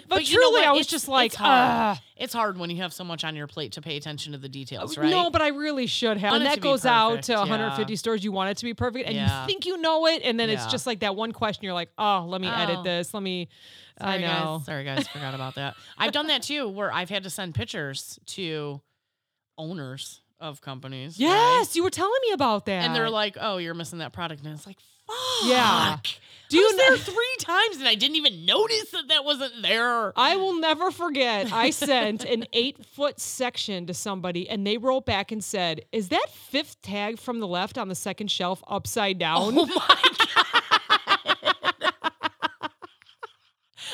S4: But,
S3: you know
S4: truly,
S3: what?
S4: I was
S3: It's-
S4: just like,
S3: it's hard.
S4: "Ugh." Uh,
S3: it's hard when you have so much on your plate to pay attention to the details, right?
S4: No, but I really should have.
S3: Want
S4: And
S3: it
S4: that
S3: to be
S4: goes out
S3: perfect,
S4: to
S3: yeah.
S4: 150 stores. You want it to be perfect, and
S3: Yeah.
S4: you think you know it, and then it's
S3: Yeah.
S4: just like that one question. You're like, oh, let me edit
S3: Oh.
S4: this. Let me. I
S3: Sorry, guys.
S4: know.
S3: Sorry, guys. Forgot about that. I've done that too, where I've had to send pictures to owners of companies. right?
S4: Yes, you were telling me about that.
S3: And they're like, oh, you're missing that product. And it's like, fuck.
S4: Yeah.
S3: Do
S4: Do you
S3: you there
S4: know-
S3: three times and I didn't even notice that that wasn't there.
S4: I will never forget. I sent an eight foot section to somebody, and they wrote back and said, "Is that fifth tag from the left on the second shelf upside down?"
S3: Oh my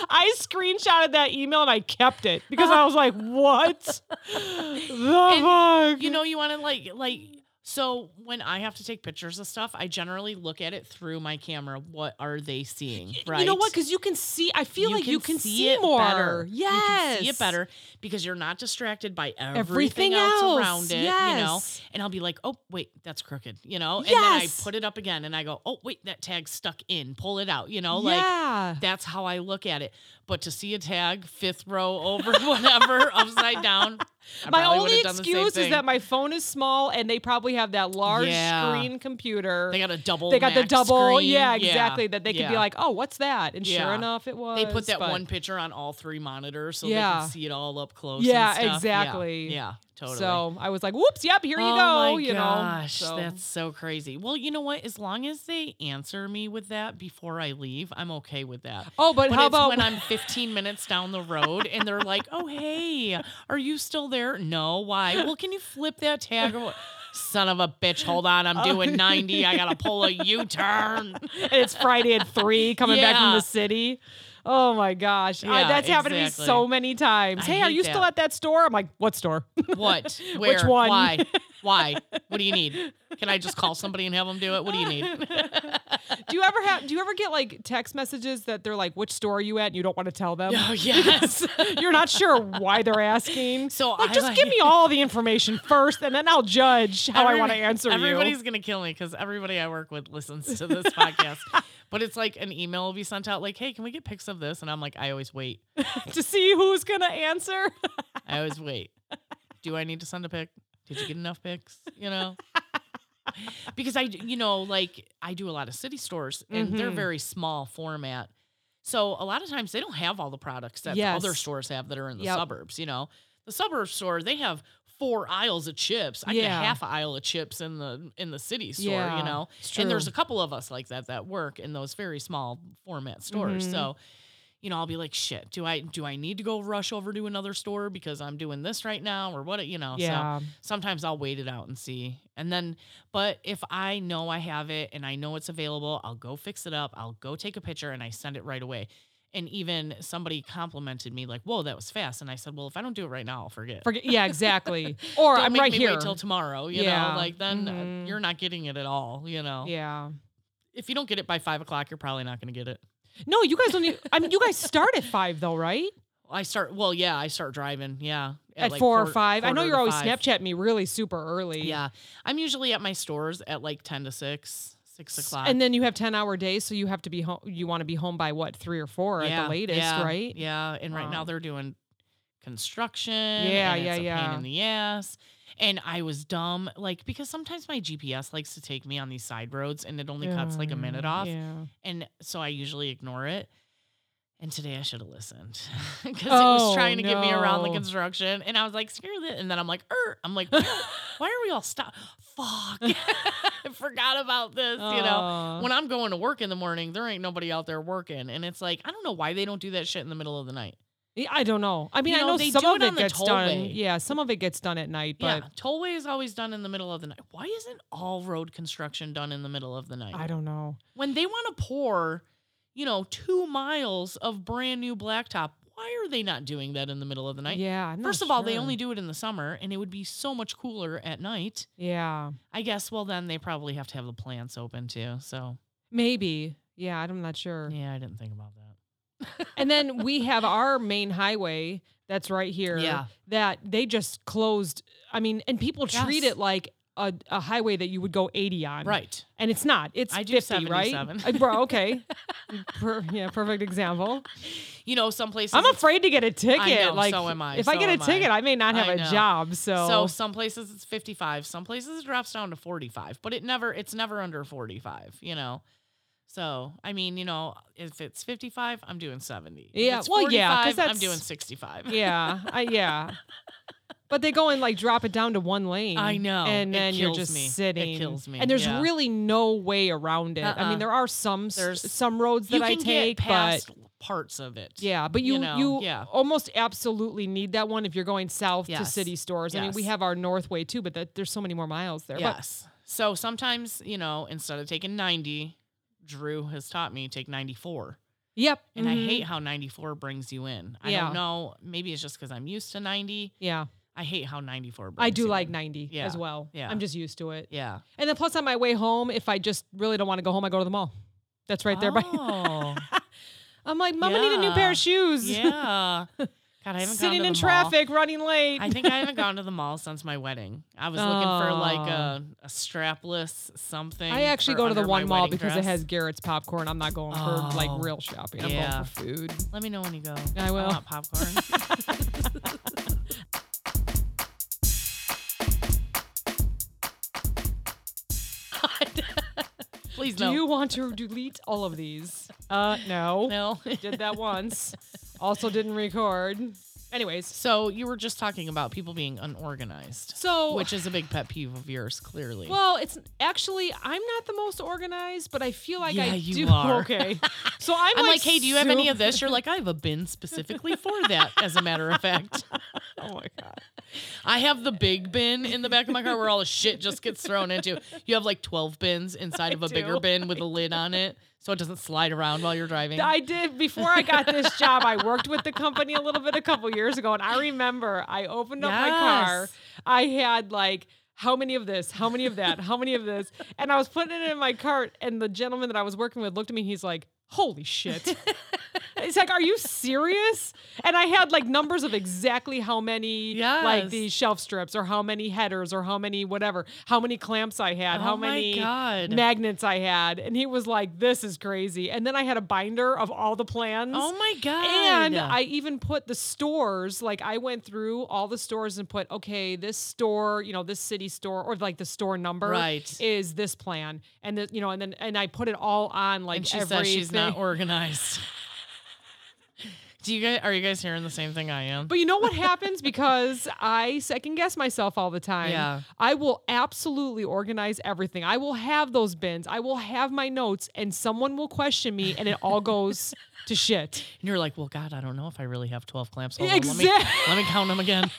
S4: I screenshotted that email and I kept it because I was like, "What the fuck?"
S3: You know, you want to like, like, so when I have to take pictures of stuff, I generally look at it through my camera. What are they seeing? Right.
S4: You know what? Because you can see. I feel like you can see,
S3: it
S4: more.
S3: Better.
S4: Yes,
S3: You can see it better because you're not distracted by
S4: Everything
S3: everything, else,
S4: else,
S3: around it. You know?
S4: yes.
S3: And I'll be like, oh, wait, that's crooked, you know? And then
S4: Yes.
S3: I put it up again and I go, oh, wait, that tag's stuck in. Pull it out, you know? Like,
S4: yeah.
S3: that's how I look at it. But to see a tag fifth row over whatever, upside down, I
S4: my
S3: probably
S4: only
S3: would've done the same
S4: excuse is
S3: thing.
S4: that my phone is small, and they probably have that large
S3: Yeah.
S4: screen computer.
S3: they got a double.
S4: They got the
S3: Mac
S4: double,
S3: screen.
S4: yeah, exactly. That they could be
S3: yeah.
S4: like, "Oh, what's that?" And sure
S3: Yeah.
S4: enough, it was.
S3: They put that
S4: but-
S3: one picture on all three monitors so they
S4: Yeah.
S3: can see it all up close.
S4: Yeah,
S3: and stuff.
S4: exactly.
S3: Yeah, yeah Totally.
S4: So I was like, whoops, yep, here you
S3: oh
S4: go.
S3: My
S4: you
S3: gosh,
S4: know, so,
S3: that's so crazy. Well, you know what? As long as they answer me with that before I leave, I'm okay with that.
S4: oh, but,
S3: But
S4: how
S3: it's
S4: about
S3: when I'm 15 minutes down the road and they're like, "Oh, hey, are you still there?" No, why? Well, can you flip that tag? Or what? Son of a bitch! Hold on,
S4: Oh,
S3: I'm doing 90. I gotta pull a U-turn.
S4: and it's Friday at three coming back from
S3: Yeah.
S4: the city. Oh my gosh. I-
S3: Yeah,
S4: that's happened to me
S3: exactly.
S4: so many times.
S3: I
S4: hey, are
S3: hate
S4: you still
S3: that.
S4: at that store? I'm like, what store?
S3: What? Where?
S4: one?
S3: Why? Why? What do you need? Can I just call somebody and have them do it? What do you need?
S4: do you ever have do you ever get like text messages that they're like, which store are you at? And you don't want to tell them?
S3: Oh yes.
S4: You're not sure why they're asking.
S3: So
S4: like,
S3: I
S4: just
S3: like-
S4: give me all the information first, and then I'll judge how I want to
S3: Everybody-
S4: answer
S3: Everybody's
S4: you.
S3: gonna kill me because everybody I work with listens to this podcast. But it's like an email will be sent out, like, "Hey, can we get pics of this?" And I'm like, I always wait.
S4: to see who's gonna answer.
S3: I always wait. Do I need to send a pic? Did you get enough pics? You know. Because I, you know, like I do a lot of city stores and they're
S4: Mhm.
S3: very small format. So a lot of times they don't have all the products that the
S4: Yes.
S3: other stores have that are in the
S4: Yep.
S3: suburbs. You know, the suburb store they have four aisles of chips. I get
S4: Yeah.
S3: half a aisle of chips in the in the city store.
S4: Yeah,
S3: You know,
S4: it's
S3: and there's
S4: true.
S3: a couple of us like that that work in those very small format stores.
S4: Mhm.
S3: So, you know, I'll be like, shit, do I do I need to go rush over to another store because I'm doing this right now or what? You know, so
S4: yeah.
S3: sometimes I'll wait it out and see. And then, but if I know I have it and I know it's available, I'll go fix it up. I'll go take a picture and I send it right away. And even somebody complimented me like, "Whoa, that was fast!" And I said, "Well, if I don't do it right now, I'll forget."
S4: Forget, yeah, exactly. Or
S3: Don't
S4: I'm
S3: make
S4: right
S3: me
S4: here.
S3: Wait till tomorrow, you
S4: Yeah.
S3: know. Like then uh,
S4: Mhm.
S3: you're not getting it at all, you know
S4: yeah.
S3: if you don't get it by five o'clock, you're probably not going to get it.
S4: No, you guys don't. Need, I mean, you guys start at five though, right?
S3: I start. Well, yeah, I start driving. Yeah,
S4: At
S3: like
S4: four or
S3: quar-
S4: five. I know
S3: quarter
S4: you're
S3: to
S4: always
S3: five.
S4: Snapchat me really super early.
S3: Yeah, I'm usually at my stores at like ten to six, six
S4: S-
S3: o'clock.
S4: And then you have ten hour days, so you have to be home. You want to be home by what three or four at
S3: Yeah,
S4: the latest,
S3: yeah,
S4: right?
S3: Yeah, and right
S4: Wow.
S3: now they're doing construction.
S4: Yeah,
S3: and
S4: yeah,
S3: it's a
S4: yeah.
S3: Pain in the ass. And I was dumb, like because sometimes my GPS likes to take me on these side roads, and it only cuts like a minute off,
S4: Mm, Yeah.
S3: and so I usually ignore it. And today I should have listened because it
S4: Oh,
S3: was trying to get me around the
S4: no.
S3: construction, and I was like, "Screw it!" And then I'm like, "Er," I'm like, "Why why are we all stopped? Fuck, I forgot about this." You know,
S4: Uh,
S3: when I'm going to work in the morning, there ain't nobody out there working, and it's like I don't know why they don't do that shit in the middle of the night.
S4: yeah, I don't know. I mean,
S3: You
S4: I
S3: know,
S4: know
S3: they
S4: some
S3: do
S4: of
S3: it
S4: it
S3: on the
S4: gets done.
S3: tollway.
S4: Yeah, some of it gets done at night, but
S3: yeah, tollway is always done in the middle of the night. Why isn't all road construction done in the middle of the night?
S4: I don't know.
S3: when they want to pour, you know, two miles of brand new blacktop, why are they not doing that in the middle of the night?
S4: yeah. I'm not
S3: First of all, they
S4: sure.
S3: only do it in the summer, and it would be so much cooler at night.
S4: Yeah.
S3: I guess. Well, then they probably have to have the plants open too. So
S4: Maybe. Yeah, I'm not sure.
S3: yeah, I didn't think about that.
S4: And then we have our main highway that's right here.
S3: Yeah.
S4: That they just closed. I mean, and people treat
S3: Yes.
S4: it like a, a highway that you would go 80 on.
S3: Right.
S4: And it's not. It's
S3: I do
S4: 50, right?
S3: 77.
S4: Uh, bro, okay. Per- yeah, perfect example.
S3: You know, some places
S4: I'm
S3: it's
S4: afraid to get a ticket.
S3: know,
S4: like,
S3: so am I,
S4: If I
S3: so
S4: get
S3: am
S4: a
S3: I.
S4: ticket, I. may not have
S3: I
S4: a
S3: know.
S4: job.
S3: So
S4: So,
S3: some places it's 55, some places it drops down to 45, but it never it's never under 45, you know. So, I mean, you know, if it's 55, I'm doing 70. If
S4: Yeah,
S3: it's
S4: well, yeah,
S3: 45,
S4: 'cause that's-
S3: I'm doing 65.
S4: yeah, I, yeah. But they go and like drop it down to one lane.
S3: I know.
S4: And
S3: It
S4: then you're
S3: kills
S4: just
S3: me. It
S4: sitting.
S3: kills me,
S4: And there's
S3: yeah.
S4: really no way around it. I mean,
S3: Uh-uh.
S4: there are some s-
S3: There's-
S4: some roads that
S3: you
S4: I
S3: can
S4: take,
S3: get past
S4: but
S3: parts of it.
S4: yeah, but you
S3: you
S4: you,
S3: know, yeah.
S4: almost absolutely need that one if you're going south to
S3: Yes.
S4: city stores. I mean, we
S3: Yes.
S4: have our north way too, but that, there's so many more miles there. But
S3: Yes. So sometimes, you know, instead of taking 90, Drew has taught me take 94.
S4: yep.
S3: And
S4: mhm.
S3: I hate how 94 brings you in. I
S4: Yeah.
S3: don't know, maybe it's just cuz I'm used to 90.
S4: Yeah,
S3: I hate how 94 brings
S4: I do
S3: you
S4: like
S3: in.
S4: 90
S3: Yeah,
S4: as well.
S3: yeah.
S4: I'm just used to it.
S3: Yeah.
S4: And then plus on my way home, if I just really don't want to go home, I go to the mall. That's right there. By,
S3: Oh.
S4: I'm like, Mama, need a new pair
S3: Yeah.
S4: of shoes.
S3: Yeah. God, I haven't gone
S4: Sitting
S3: to
S4: in
S3: the
S4: traffic, running late.
S3: Mall. I think I haven't gone to the mall since my wedding. I was looking for like a, a strapless something.
S4: Oh. I actually
S3: for
S4: go to the
S3: under my
S4: one mall
S3: wedding
S4: because it
S3: dress.
S4: has Garrett's popcorn. I'm not going for like
S3: Oh.
S4: real shopping.
S3: Yeah.
S4: I'm going for food.
S3: Let me know when you go.
S4: I will.
S3: want popcorn. Please
S4: Do
S3: no.
S4: you want to delete all of these? Uh, no.
S3: no.
S4: Did that once. Also didn't record. Anyways,
S3: So you were just talking about people being unorganized,
S4: so
S3: which is a big pet peeve of yours, clearly.
S4: well, it's actually I'm not the most organized, but I feel like I
S3: Yeah, you
S4: do.
S3: are.
S4: Okay, so I'm,
S3: I'm like, hey, do you have any
S4: super-
S3: of this? You're like, I have a bin specifically for that, as a matter of fact.
S4: Oh my god.
S3: I have the big bin in the back of my car where all the shit just gets thrown into. You have like 12 bins inside of a bigger
S4: do.
S3: bin with a lid on it so it doesn't slide around while you're driving.
S4: I did before I got this job. I worked with the company a little bit a couple years ago, and I remember I opened up my car.
S3: Yes.
S4: I had like how many of this, how many of that, how many of this, and I was putting it in my cart. And the gentleman that I was working with looked at me, and he's like, "Holy shit!" He's like, "Are you serious?" And I had like numbers of exactly how many, like
S3: Yes.
S4: these shelf strips, or how many headers, or how many whatever, how many clamps I had,
S3: oh
S4: how
S3: my
S4: many
S3: God.
S4: magnets I had. And he was like, this is crazy. And then I had a binder of all the plans.
S3: oh my God.
S4: and I even put the stores, like I went through all the stores and put, okay, this store, you know, this city store or like the store number
S3: Right.
S4: is this plan. And the, you know, and then, and I put it all on like
S3: and she
S4: everything.
S3: says she's not organized. Do you guys are you guys hearing the same thing I am?
S4: But you know what happens because I second guess myself all the time.
S3: Yeah.
S4: I will absolutely organize everything. I will have those bins. I will have my notes, and someone will question me, and it all goes to shit.
S3: And you're like, well, God, I don't know if I really have 12 clamps. Hold on, let, me,
S4: Exact-
S3: let me count them again.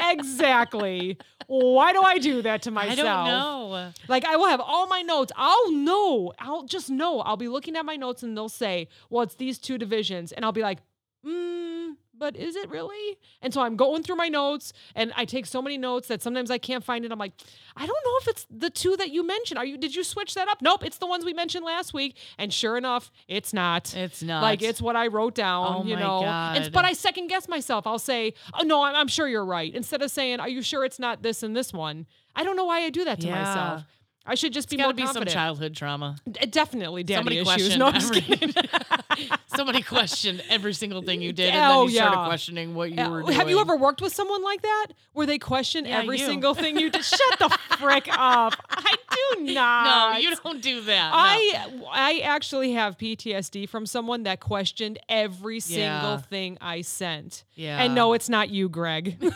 S4: Exactly. Why do I do that to
S3: I
S4: myself?
S3: don't know.
S4: Like I will have all my notes. I'll know. I'll just know. I'll be looking at my notes and they'll say, "Well, it's these two divisions," and I'll be like, "Hmm, but is it really?" And so I'm going through my notes, and I take so many notes that sometimes I can't find it. I'm like, "I don't know if it's the two that you mentioned. Are you? Did you switch that up? Nope, it's the ones we mentioned last week." And sure enough, it's not.
S3: It's not.
S4: Like it's what I wrote down,
S3: Oh
S4: you
S3: my
S4: know. It's-
S3: God.
S4: but I second guess myself. I'll say, "Oh no, I'm, I'm sure you're right." Instead of saying, "Are you sure it's not this and this one?" I don't know why I do that to
S3: Yeah.
S4: myself. I should just be
S3: got
S4: more
S3: to be some
S4: confident.
S3: childhood trauma.
S4: D- Definitely daddy
S3: Somebody
S4: issues.
S3: questioned
S4: No, I'm just
S3: every-
S4: kidding.
S3: Somebody questioned every single thing you did, and
S4: Oh,
S3: then you started
S4: yeah.
S3: questioning what you were doing.
S4: Have you ever worked with someone like that where they question
S3: Yeah,
S4: every
S3: you.
S4: single thing you did? Shut the frick up! I do not.
S3: No, you don't do that. no.
S4: I I actually have PTSD from someone that questioned every single
S3: Yeah.
S4: thing I sent.
S3: Yeah.
S4: And no, it's not you, Greg.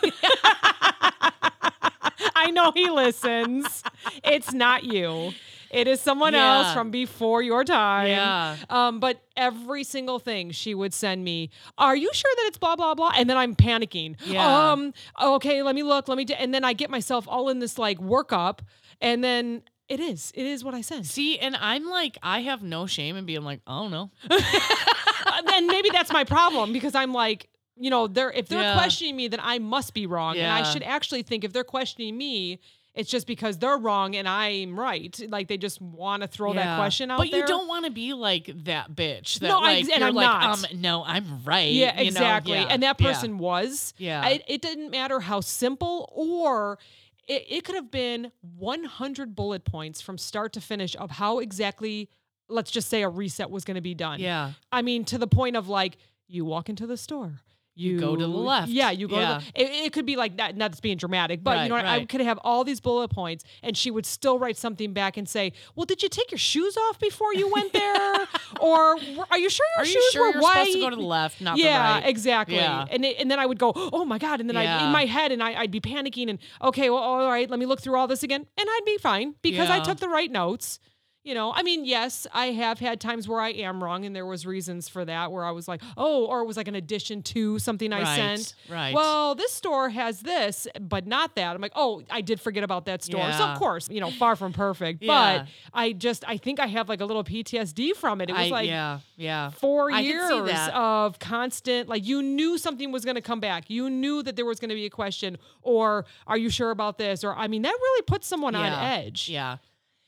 S4: I know he listens. It's not you. It is someone else
S3: Yeah.
S4: from before your time.
S3: Yeah.
S4: Um, but every single thing she would send me, are you sure that it's blah blah blah? And then I'm panicking.
S3: Yeah.
S4: Um, okay, let me look, let me do and then I get myself all in this like workup and then it is. It is what I sent.
S3: see, and I'm like, I have no shame in being like, I don't know.
S4: Uh, then maybe that's my problem because I'm like, you know, they're if they're
S3: Yeah.
S4: questioning me, then I must be wrong, and I
S3: Yeah.
S4: should actually think if they're questioning me, it's just because they're wrong and I'm right. Like they just want to throw that
S3: Yeah.
S4: question out
S3: But
S4: there.
S3: you don't want to be like that bitch. That
S4: No, I-
S3: like,
S4: and
S3: you're
S4: I'm
S3: like,
S4: not.
S3: Um, no, I'm right.
S4: Yeah,
S3: you know?
S4: exactly.
S3: Yeah.
S4: And that
S3: Yeah.
S4: person was.
S3: Yeah.
S4: I- it didn't matter how simple or. It, it could have been 100 bullet points from start to finish of how exactly, let's just say, a reset was going to be done.
S3: yeah.
S4: I mean, to the point of like, you walk into the store. You,
S3: go to the left.
S4: Yeah, you go
S3: Yeah.
S4: to the it, it could be like that, not that's being dramatic, but you
S3: Right,
S4: know what? I
S3: right.
S4: could have all these bullet points and she would still write something back and say, Well, did you take your shoes off before you went there? or "Were- are you sure your
S3: Are you
S4: shoes
S3: sure
S4: were
S3: you're
S4: white?
S3: supposed to go to the left, not
S4: yeah,
S3: the right?
S4: exactly.
S3: Yeah.
S4: And it, and then I would go, oh my god, and then I in
S3: Yeah.
S4: my head, and I, I'd be panicking, and okay, well, all right, let me look through all this again, and I'd be fine because I
S3: Yeah.
S4: took the right notes. You know, I mean, yes, I have had times where I am wrong, and there was reasons for that where I was like, oh, or it was like an addition to something I
S3: Right,
S4: sent.
S3: right.
S4: Well, this store has this, but not that. I'm like, oh, I did forget about that store. So
S3: Yeah.
S4: of course, you know, far from perfect,
S3: Yeah.
S4: but I just I think I have like a little PTSD from it. It was
S3: I-
S4: like
S3: yeah, yeah.
S4: four
S3: I can see
S4: years
S3: that.
S4: of constant like you knew something was going to come back you knew that there was going to be a question or are you sure about this or i mean that really puts someone on edge
S3: Yeah.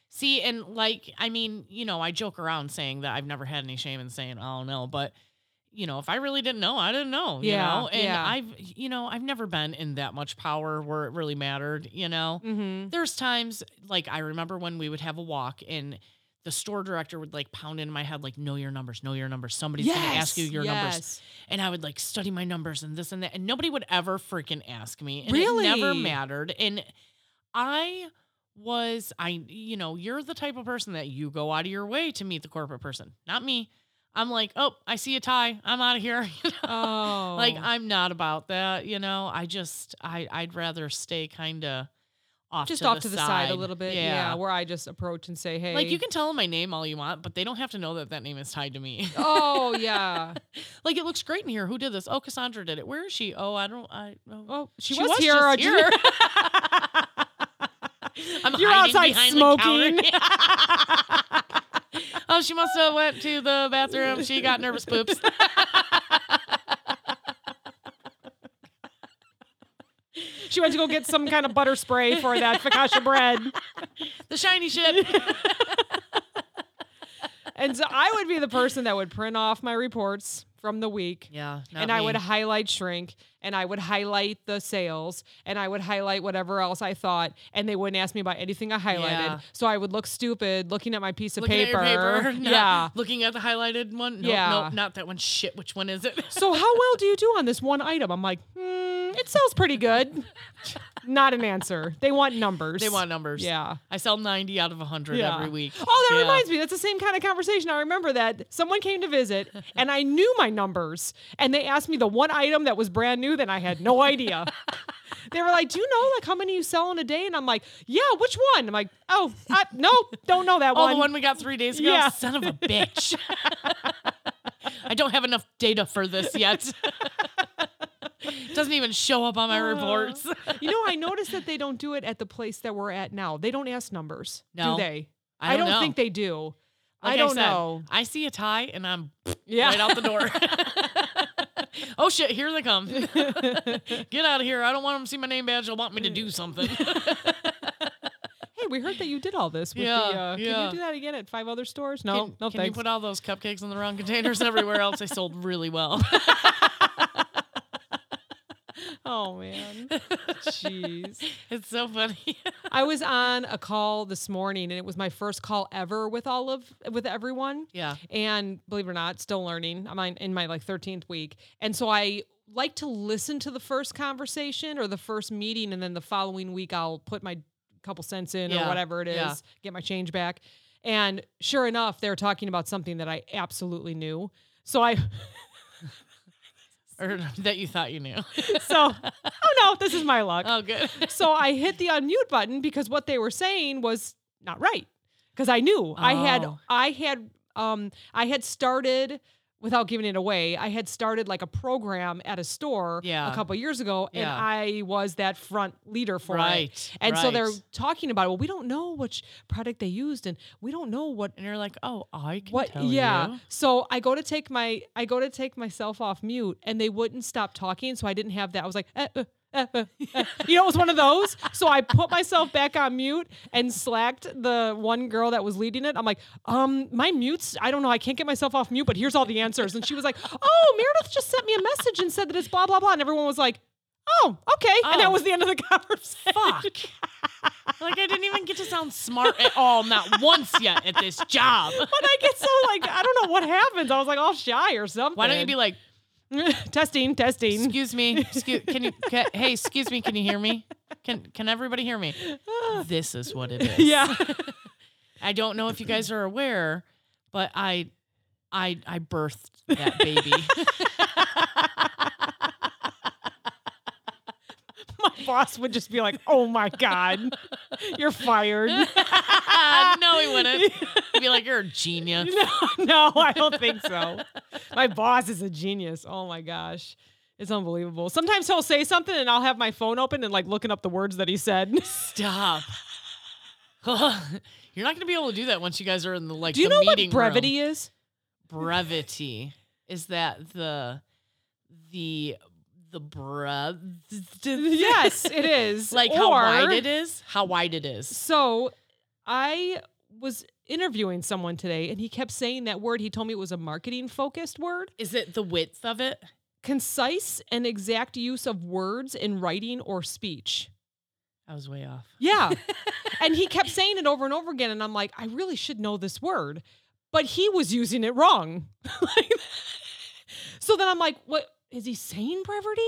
S3: See, and like, I mean, you know, I joke around saying that I've never had any shame in saying, I don't know, but you know, if I really didn't know, I didn't know, you
S4: Yeah,
S3: know, and
S4: yeah.
S3: I've, you know, I've never been in that much power where it really mattered, you know,
S4: mm-hmm.
S3: there's times like I remember when we would have a walk and the store director would like pound in my head, like, know your numbers, know your numbers. Somebody's going to ask you your numbers and I would like study my numbers and this and that, and nobody would ever freaking ask me. And it never
S4: Really?
S3: mattered. And I was, I, you know, you're the type of person that you go out of your way to meet the corporate person, not me. I'm like, oh, I see a tie. I'm out of here. you know?
S4: Oh,
S3: Like I'm not about that, you know. I just I I'd rather stay kind of off
S4: just
S3: to
S4: off
S3: the
S4: to the side. a little bit. Yeah.
S3: yeah.
S4: where I just approach and say, hey,
S3: Like you can tell them my name all you want, but they don't have to know that that name is tied to me.
S4: Oh yeah.
S3: like it looks great in here. Who did this? Oh, Cassandra did it. Where is she? Oh, I don't. I oh.
S4: Oh, she,
S3: She
S4: was,
S3: was
S4: here.
S3: just
S4: I
S3: here.
S4: didn't-
S3: I'm
S4: You're
S3: hiding
S4: outside
S3: behind the counter. oh, she must have went to the bathroom. She got nervous poops.
S4: She went to go get some kind of butter spray for that focaccia bread.
S3: The shiny shit.
S4: And so I would be the person that would print off my reports from the week.
S3: Yeah, not
S4: and I
S3: me.
S4: would highlight shrink and I would highlight the sales and I would highlight whatever else I thought and they wouldn't ask me about anything I highlighted.
S3: Yeah.
S4: So I would look stupid looking at my piece of
S3: Looking at
S4: paper.
S3: your paper, not
S4: yeah.
S3: Looking at the highlighted one. Nope,
S4: Yeah.
S3: Nope, not that one. Shit, which one is it?
S4: So how well do you do on this one item? I'm like, hmm, it sells pretty good. Not an answer. They want numbers.
S3: they want numbers.
S4: Yeah.
S3: I sell 90 out of 100
S4: Yeah.
S3: every week.
S4: Oh, that
S3: Yeah.
S4: reminds me. That's the same kind of conversation. I remember that someone came to visit and I knew my numbers and they asked me the one item that was brand new that I had no idea. they were like, "Do you know like how many you sell in a day?" And I'm like, "Yeah, which one?" I'm like, "Oh, I, no, don't know that
S3: Oh,
S4: one."
S3: the one we got three days ago?
S4: Yeah.
S3: Son of a bitch. I don't have enough data for this yet. Doesn't even show up on my
S4: Uh,
S3: reports.
S4: you know, I noticed that they don't do it at the place that we're at now. They don't ask numbers,
S3: No.
S4: do they?
S3: I don't, know.
S4: think they do.
S3: Like
S4: I don't
S3: said,
S4: know.
S3: I see a tie and I'm
S4: Yeah.
S3: right out the door. oh shit, here they come. Get out of here. I don't want them to see my name badge. They'll want me to
S4: Uh,
S3: do something.
S4: hey, we heard that you did all this. With
S3: Yeah,
S4: the, uh, Can
S3: yeah.
S4: you do that again at five other stores? No,
S3: can,
S4: no
S3: can you
S4: thanks.
S3: put all those cupcakes in the wrong containers everywhere else? They sold really well.
S4: oh man, jeez.
S3: it's so funny.
S4: I was on a call this morning, and it was my first call ever with all of with everyone.
S3: yeah.
S4: And believe it or not, still learning. I'm on- in my like 13th week, and so I like to listen to the first conversation or the first meeting, and then the following week I'll put my couple cents in
S3: Yeah,
S4: or whatever it is,
S3: yeah.
S4: get my change back. And sure enough, they're talking about something that I absolutely knew. So I
S3: Or that you thought you knew.
S4: so oh no, this is my luck.
S3: Oh, good.
S4: so I hit the unmute button because what they were saying was not right. Because I knew I had
S3: Oh.
S4: I had um I had started without giving it away. I had started like a program at a store
S3: Yeah.
S4: a couple years ago, and
S3: Yeah.
S4: I was that front leader for it.
S3: right.
S4: And so they're
S3: right.
S4: talking about, well, we don't know which product they used, and we don't know what
S3: and you're like, oh, I can
S4: what
S3: tell
S4: yeah
S3: you.
S4: so i go to take my i go to take myself off mute and they wouldn't stop talking so i didn't have that i was like eh, eh, eh, eh, eh. you know it was one of those so i put myself back on mute and slacked the one girl that was leading it i'm like um my mutes i don't know i can't get myself off mute but here's all the answers and she was like oh meredith just sent me a message and said that it's blah blah blah and everyone was like oh okay and
S3: Oh.
S4: that was the end of the conversation
S3: Fuck. like I didn't even get to sound smart at all, not once yet at this job.
S4: but i get so like i don't know what happens i was like all shy or something
S3: Why don't you be like,
S4: testing testing
S3: excuse me, excuse, can you? Can, hey, excuse me, can you hear me? Can Can everybody hear me? This is what it is.
S4: Yeah.
S3: I don't know if you guys are aware, but I, I, I birthed that baby.
S4: My boss would just be like, oh my God, you're fired.
S3: no, he wouldn't. He'd be like, you're a genius.
S4: No, no, I don't think so. My boss is a genius. Oh my gosh. It's unbelievable. Sometimes he'll say something and I'll have my phone open and like looking up the words that he said.
S3: Stop. You're not gonna be able to do that once you guys are in the like.
S4: Do you
S3: the
S4: know what
S3: meeting room.
S4: brevity is?
S3: brevity is that the the the brev
S4: yes, it is.
S3: like how wide
S4: Or-
S3: it is how wide it is
S4: So I was interviewing someone today and he kept saying that word. He told me it was a marketing focused word.
S3: is it the width of it
S4: Concise and exact use of words in writing or speech.
S3: i was way off
S4: Yeah. and he kept saying it over and over again. And I'm like, I really should know this word. But he was using it wrong. Like- so then I'm like, what is he saying brevity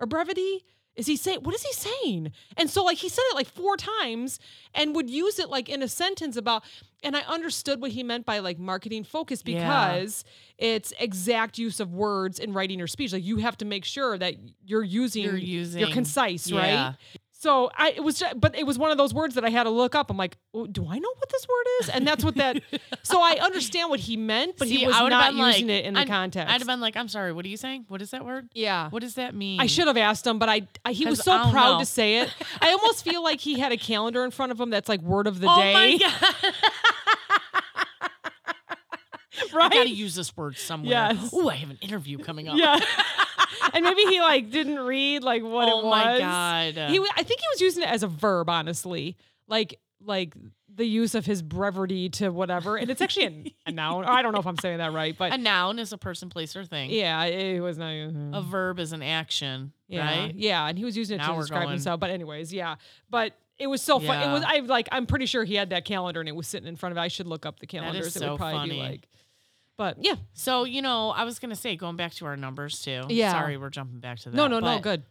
S4: or brevity? Is he saying what is he saying? And so like he said it like four times and would use it like in a sentence about and I understood what he meant by like marketing focus
S3: Yeah.
S4: because it's exact use of words in writing your speech. Like you have to make sure that you're using
S3: You're using.
S4: you're concise,
S3: Yeah.
S4: right? So I it was just, but it was one of those words that I had to look up. I'm like, oh, do I know what this word is? And that's what that. so I understand what he meant, but
S3: See,
S4: he was
S3: I would've
S4: not
S3: been like-
S4: using it in the
S3: I'd-
S4: context.
S3: I'd have been like, I'm sorry, what are you saying? What is that word?
S4: yeah.
S3: What does that mean?
S4: I should have asked him, but I, I he was
S3: 'Cause
S4: so
S3: I don't
S4: proud
S3: know.
S4: to say it. I almost feel like he had a calendar in front of him that's like word of the
S3: Oh
S4: day,
S3: my god! I gotta
S4: right?
S3: use this word somewhere.
S4: Yes.
S3: Ooh, I have an interview coming up.
S4: Yeah. and maybe he like didn't read like what
S3: oh
S4: it was.
S3: my god!
S4: He, wa- I think he was using it as a verb, honestly, like like the use of his brevity to whatever, and it's actually an, a noun. I don't know if I'm saying that right, but
S3: a noun is a person, place, or thing.
S4: yeah, it was not.
S3: A verb is an action,
S4: yeah,
S3: Oh, right?
S4: Yeah, and he was using it
S3: Now
S4: to
S3: we're
S4: describe
S3: going.
S4: himself. But anyways, yeah, but. It was so fun. It was.
S3: Yeah.
S4: I like. I'm pretty sure he had that calendar, and it was sitting in front of. it. I should look up the
S3: is
S4: calendars. it
S3: so
S4: would probably be
S3: funny.
S4: like. But yeah.
S3: So you know, I was gonna say, going back to our numbers too.
S4: Yeah.
S3: Sorry, we're jumping back to that.
S4: no, no, no.
S3: but,
S4: Good.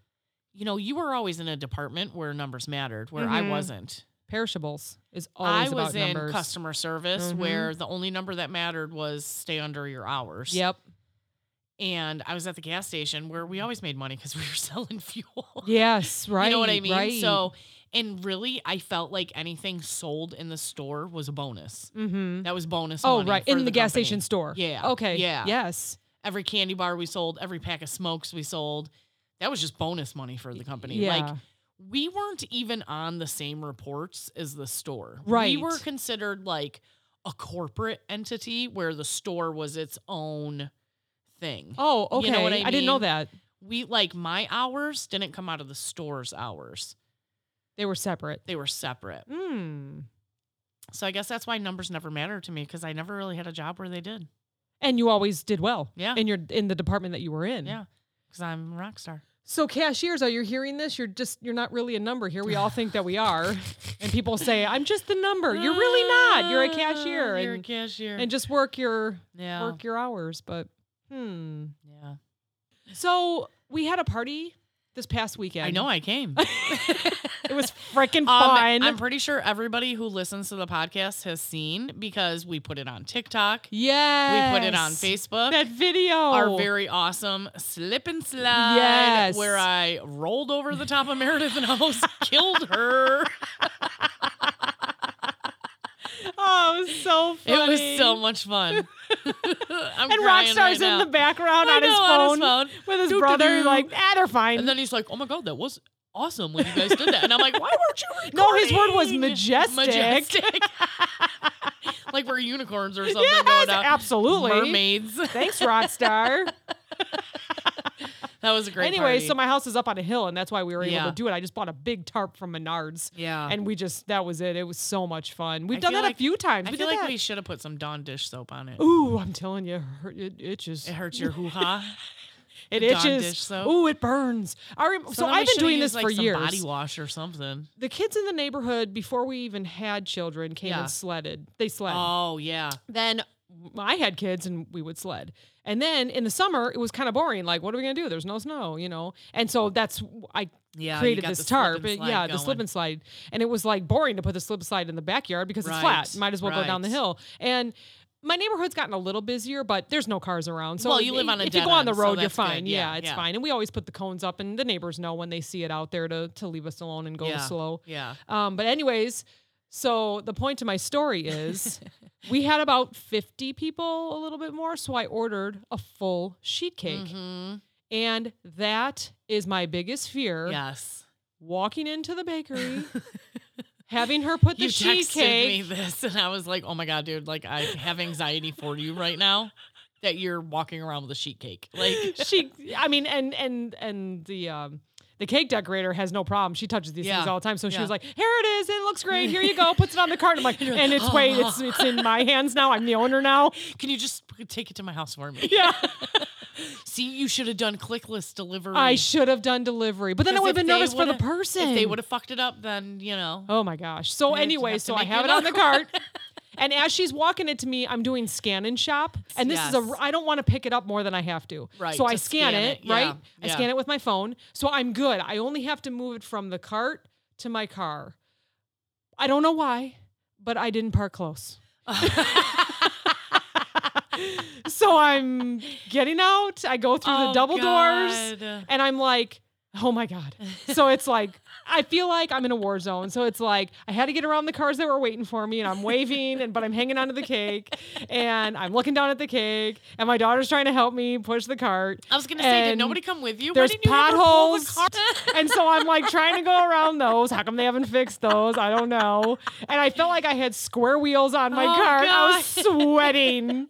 S3: You know, you were always in a department where numbers mattered, where
S4: Mhm.
S3: I wasn't.
S4: Perishables is always
S3: I was
S4: about
S3: in
S4: numbers.
S3: customer service,
S4: Mhm.
S3: where the only number that mattered was stay under your hours.
S4: Yep.
S3: and I was at the gas station where we always made money because we were selling fuel.
S4: Yes. Right.
S3: you know what I mean?
S4: Right.
S3: So, and really, I felt like anything sold in the store was a bonus.
S4: Mm-hmm.
S3: That was bonus.
S4: Oh,
S3: money
S4: right.
S3: for
S4: In the, gas
S3: company.
S4: station store.
S3: Yeah.
S4: Okay.
S3: Yeah.
S4: Yes.
S3: Every candy bar we sold, every pack of smokes we sold, that was just bonus money for the company.
S4: Yeah.
S3: Like we weren't even on the same reports as the store.
S4: Right.
S3: We were considered like a corporate entity where the store was its own thing.
S4: oh, okay.
S3: you know what I
S4: didn't know
S3: mean?
S4: that.
S3: we like my hours didn't come out of the store's hours.
S4: They were separate.
S3: They were separate. Hmm.
S4: Mm.
S3: So I guess that's why numbers never mattered to me because I never really had a job where they did.
S4: And you always did well.
S3: Yeah.
S4: In your in the department that you were in.
S3: Yeah. Because I'm a rock star.
S4: So cashiers, are you hearing this? You're just you're not really a number here. We all think that we are. and people say, I'm just the number. You're really not. You're a cashier.
S3: Uh, You're
S4: and,
S3: a cashier.
S4: and just work your
S3: yeah.
S4: work your hours. But hmm.
S3: Yeah.
S4: So we had a party this past weekend.
S3: I know I came.
S4: It was
S3: Um,
S4: freaking fun.
S3: I'm pretty sure everybody who listens to the podcast has seen because we put it on TikTok.
S4: yes.
S3: We put it on Facebook.
S4: That video.
S3: Our very awesome slip and slide
S4: Yes.
S3: where I rolled over the top of Meredith and almost killed her.
S4: Oh, it was so funny.
S3: It was so much fun. I'm
S4: And
S3: crying
S4: Rockstar's
S3: right
S4: in
S3: now.
S4: the background
S3: I
S4: on, his
S3: know,
S4: phone
S3: on his phone.
S4: with his
S3: Doo-doo-doo.
S4: brother. Like, ah, they're fine.
S3: And then he's like, "Oh my god, that was awesome when you guys did that." And I'm like, "Why weren't you?" Recording?
S4: no, his word was majestic.
S3: Majestic. like we're unicorns or something
S4: Yes,
S3: going out.
S4: absolutely.
S3: Mermaids.
S4: Thanks, Rockstar.
S3: that was a great.
S4: anyway,
S3: party.
S4: so my house is up on a hill, and that's why we were able
S3: Yeah.
S4: to do it. I just bought a big tarp from Menards.
S3: yeah,
S4: And we just that was it. It was so much fun. We've
S3: I
S4: done
S3: feel
S4: that a
S3: like-
S4: few times.
S3: I
S4: we
S3: feel
S4: did
S3: like
S4: that.
S3: we should have put some Dawn dish soap on it.
S4: Ooh, I'm telling you, it hurt- it itches.
S3: It hurts your hoo ha.
S4: It
S3: Dawn
S4: itches.
S3: dish soap.
S4: Ooh, it burns. I rem- so I've been doing this
S3: like,
S4: for
S3: some
S4: years.
S3: Body wash or something.
S4: the kids in the neighborhood before we even had children came
S3: Yeah.
S4: and sledded. They sled.
S3: Oh yeah,
S4: then I had kids and we would sled. And then in the summer it was kind of boring. Like, what are we gonna do? There's no snow, you know. And so that's I
S3: yeah. you
S4: created
S3: got
S4: this
S3: the slip
S4: tarp.
S3: and
S4: It-
S3: slide
S4: yeah, the slip
S3: going.
S4: and slide. And it was like boring to put the slip and slide in the backyard because it's
S3: Right,
S4: flat. Might as well go down the
S3: right.
S4: hill. And my neighborhood's gotten a little busier, but there's no cars around. So
S3: Well, you live on a
S4: if you
S3: dead
S4: go on the
S3: end, so
S4: road, you're
S3: that's good.
S4: fine. Yeah,
S3: Yeah,
S4: it's
S3: yeah.
S4: fine. And we always put the cones up, and the neighbors know when they see it out there to to leave us alone and go
S3: Yeah.
S4: slow.
S3: Yeah.
S4: Um, but anyways, so the point to my story is we had about 50 people, a little bit more, so I ordered a full sheet cake.
S3: Mhm.
S4: And that is my biggest fear.
S3: Yes.
S4: Walking into the bakery, having her put the
S3: you
S4: sheet
S3: texted me
S4: cake.
S3: this, and I was like, "Oh my god, dude! Like, I have anxiety for you right now that you're walking around with a sheet cake. Like,
S4: She I mean, and and and the um the cake decorator has no problem. She touches these things
S3: Yeah.
S4: all the time. So she
S3: Yeah.
S4: was like, "Here it is. It looks great. Here you go." Puts it on the cart. I'm like,
S3: You're like,
S4: "And it's
S3: "Oh."
S4: wait, it's it's in my hands now. I'm the owner now."
S3: can you just take it to my house for me?
S4: Yeah.
S3: See, you should have done clickless delivery.
S4: I should have done delivery, but then I
S3: 'Cause
S4: would have
S3: if
S4: been
S3: they
S4: nervous for the
S3: would've-
S4: person.
S3: if they would have fucked it up, then you know.
S4: Oh my gosh. So
S3: You'd have
S4: anyway,
S3: to
S4: so I
S3: make
S4: have it on the
S3: another
S4: cart, And as she's walking it to me, I'm doing scan and shop. And this is
S2: Yes.
S4: a I don't want to pick it up more than I have to.
S2: Right,
S4: So I
S2: to
S4: scan,
S3: scan it,
S4: it,
S3: yeah,
S4: right? I
S2: yeah.
S4: scan it with my phone. So I'm good. I only have to move it from the cart to my car. I don't know why, but I didn't park close. so I'm getting out. I go through
S3: Oh,
S4: the double doors and I'm like, oh my God. So it's like, I feel like I'm in a war zone. So it's like I had to get around the cars that were waiting for me and I'm waving and but I'm hanging onto the cake and I'm looking down at the cake and my daughter's trying to help me push the cart.
S3: I was gonna say, did
S4: And
S3: nobody come with you? Why
S4: There's
S3: didn't you have her pull the
S4: potholes.
S3: car?
S4: and so I'm like trying to go around those. How come they haven't fixed those? I don't know. And I felt like I had square wheels on my
S3: Oh,
S4: car. I was sweating.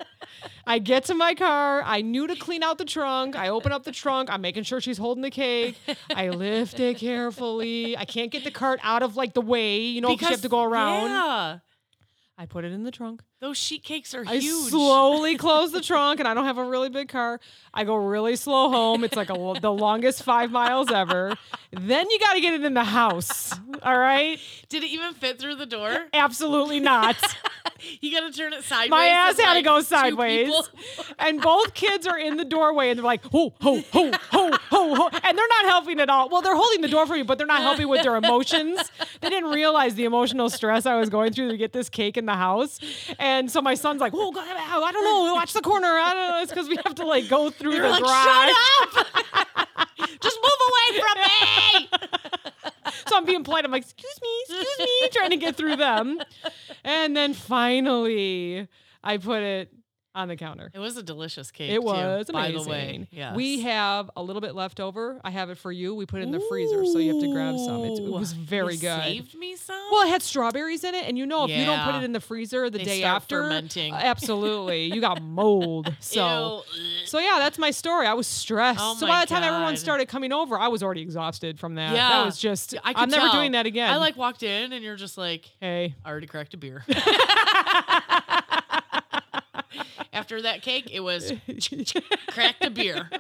S4: I get to my car. I knew to clean out the trunk. I open up the trunk. I'm making sure she's holding the cake. I lift it carefully. I can't get the cart out of like the way, you know, Oh, 'cause you have to go around.
S3: Yeah,
S4: I put it in the trunk.
S3: those sheet cakes are
S4: I
S3: huge.
S4: slowly close the trunk, and I don't have a really big car. I go really slow home. It's like a, lo- the longest five miles ever. Then you got to get it in the house. All right?
S3: Did it even fit through the door?
S4: Absolutely not.
S3: You gotta turn it sideways.
S4: My ass
S3: and,
S4: had to
S3: like,
S4: go
S3: two
S4: sideways.
S3: people-
S4: And both kids are in the doorway, and they're like, ho, ho, ho, ho, ho, ho. And they're not helping at all. Well, they're holding the door for you, but they're not helping with their emotions. They didn't realize the emotional stress I was going through to get this cake in the house. And so my son's like, oh, God, I don't know. Watch the corner. I don't know. It's because we have to like go through
S3: You're
S4: the
S3: like,
S4: garage.
S3: shut up! Just move away from me!
S4: So I'm being polite. I'm like, excuse me, excuse me, trying to get through them. And then finally, I put it on the counter.
S3: It was a delicious cake.
S4: It was
S3: too,
S4: amazing.
S3: By the way, yes.
S4: We have a little bit left over. I have it for you. We put it in the freezer, so you have to grab some. It's, it
S3: Ooh.
S4: was very
S3: You
S4: good.
S3: Saved me some.
S4: Well, it had strawberries in it, and you know if you don't put
S3: Yeah.
S4: it in the freezer the
S3: They
S4: day
S3: start
S4: after, uh,
S3: fermenting.
S4: absolutely, you got mold. So.
S3: Ew.
S4: So yeah, that's my story. I was stressed.
S3: Oh
S4: so
S3: my
S4: by the time everyone
S3: God.
S4: started coming over, I was already exhausted from that.
S3: Yeah.
S4: That was just
S3: I could
S4: I'm never
S3: tell.
S4: doing that again.
S3: I like walked in and you're just like,
S4: Hey.
S3: I already cracked a beer. After that cake, it was cracked a beer.
S4: And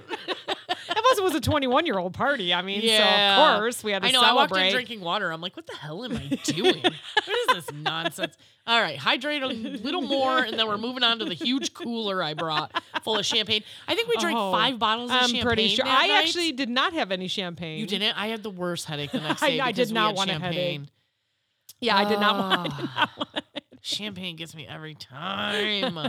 S4: plus, it was a 21 year old party. I mean,
S3: Yeah.
S4: so of course we had to
S3: I know. I walked
S4: celebrate.
S3: in drinking water. I'm like, what the hell am I doing? what is this nonsense? All right, hydrate a little more, and then we're moving on to the huge cooler I brought full of champagne. I think we drank
S4: Oh,
S3: five bottles of
S4: I'm
S3: champagne.
S4: pretty sure.
S3: that
S4: I
S3: night.
S4: actually did not have any champagne.
S3: You didn't. I had the worst headache the next
S4: I-
S3: day.
S4: I did
S3: because we
S4: not
S3: had
S4: want a headache.
S3: champagne. Ah.
S4: Yeah, I did not want.
S3: Champagne gets me every time.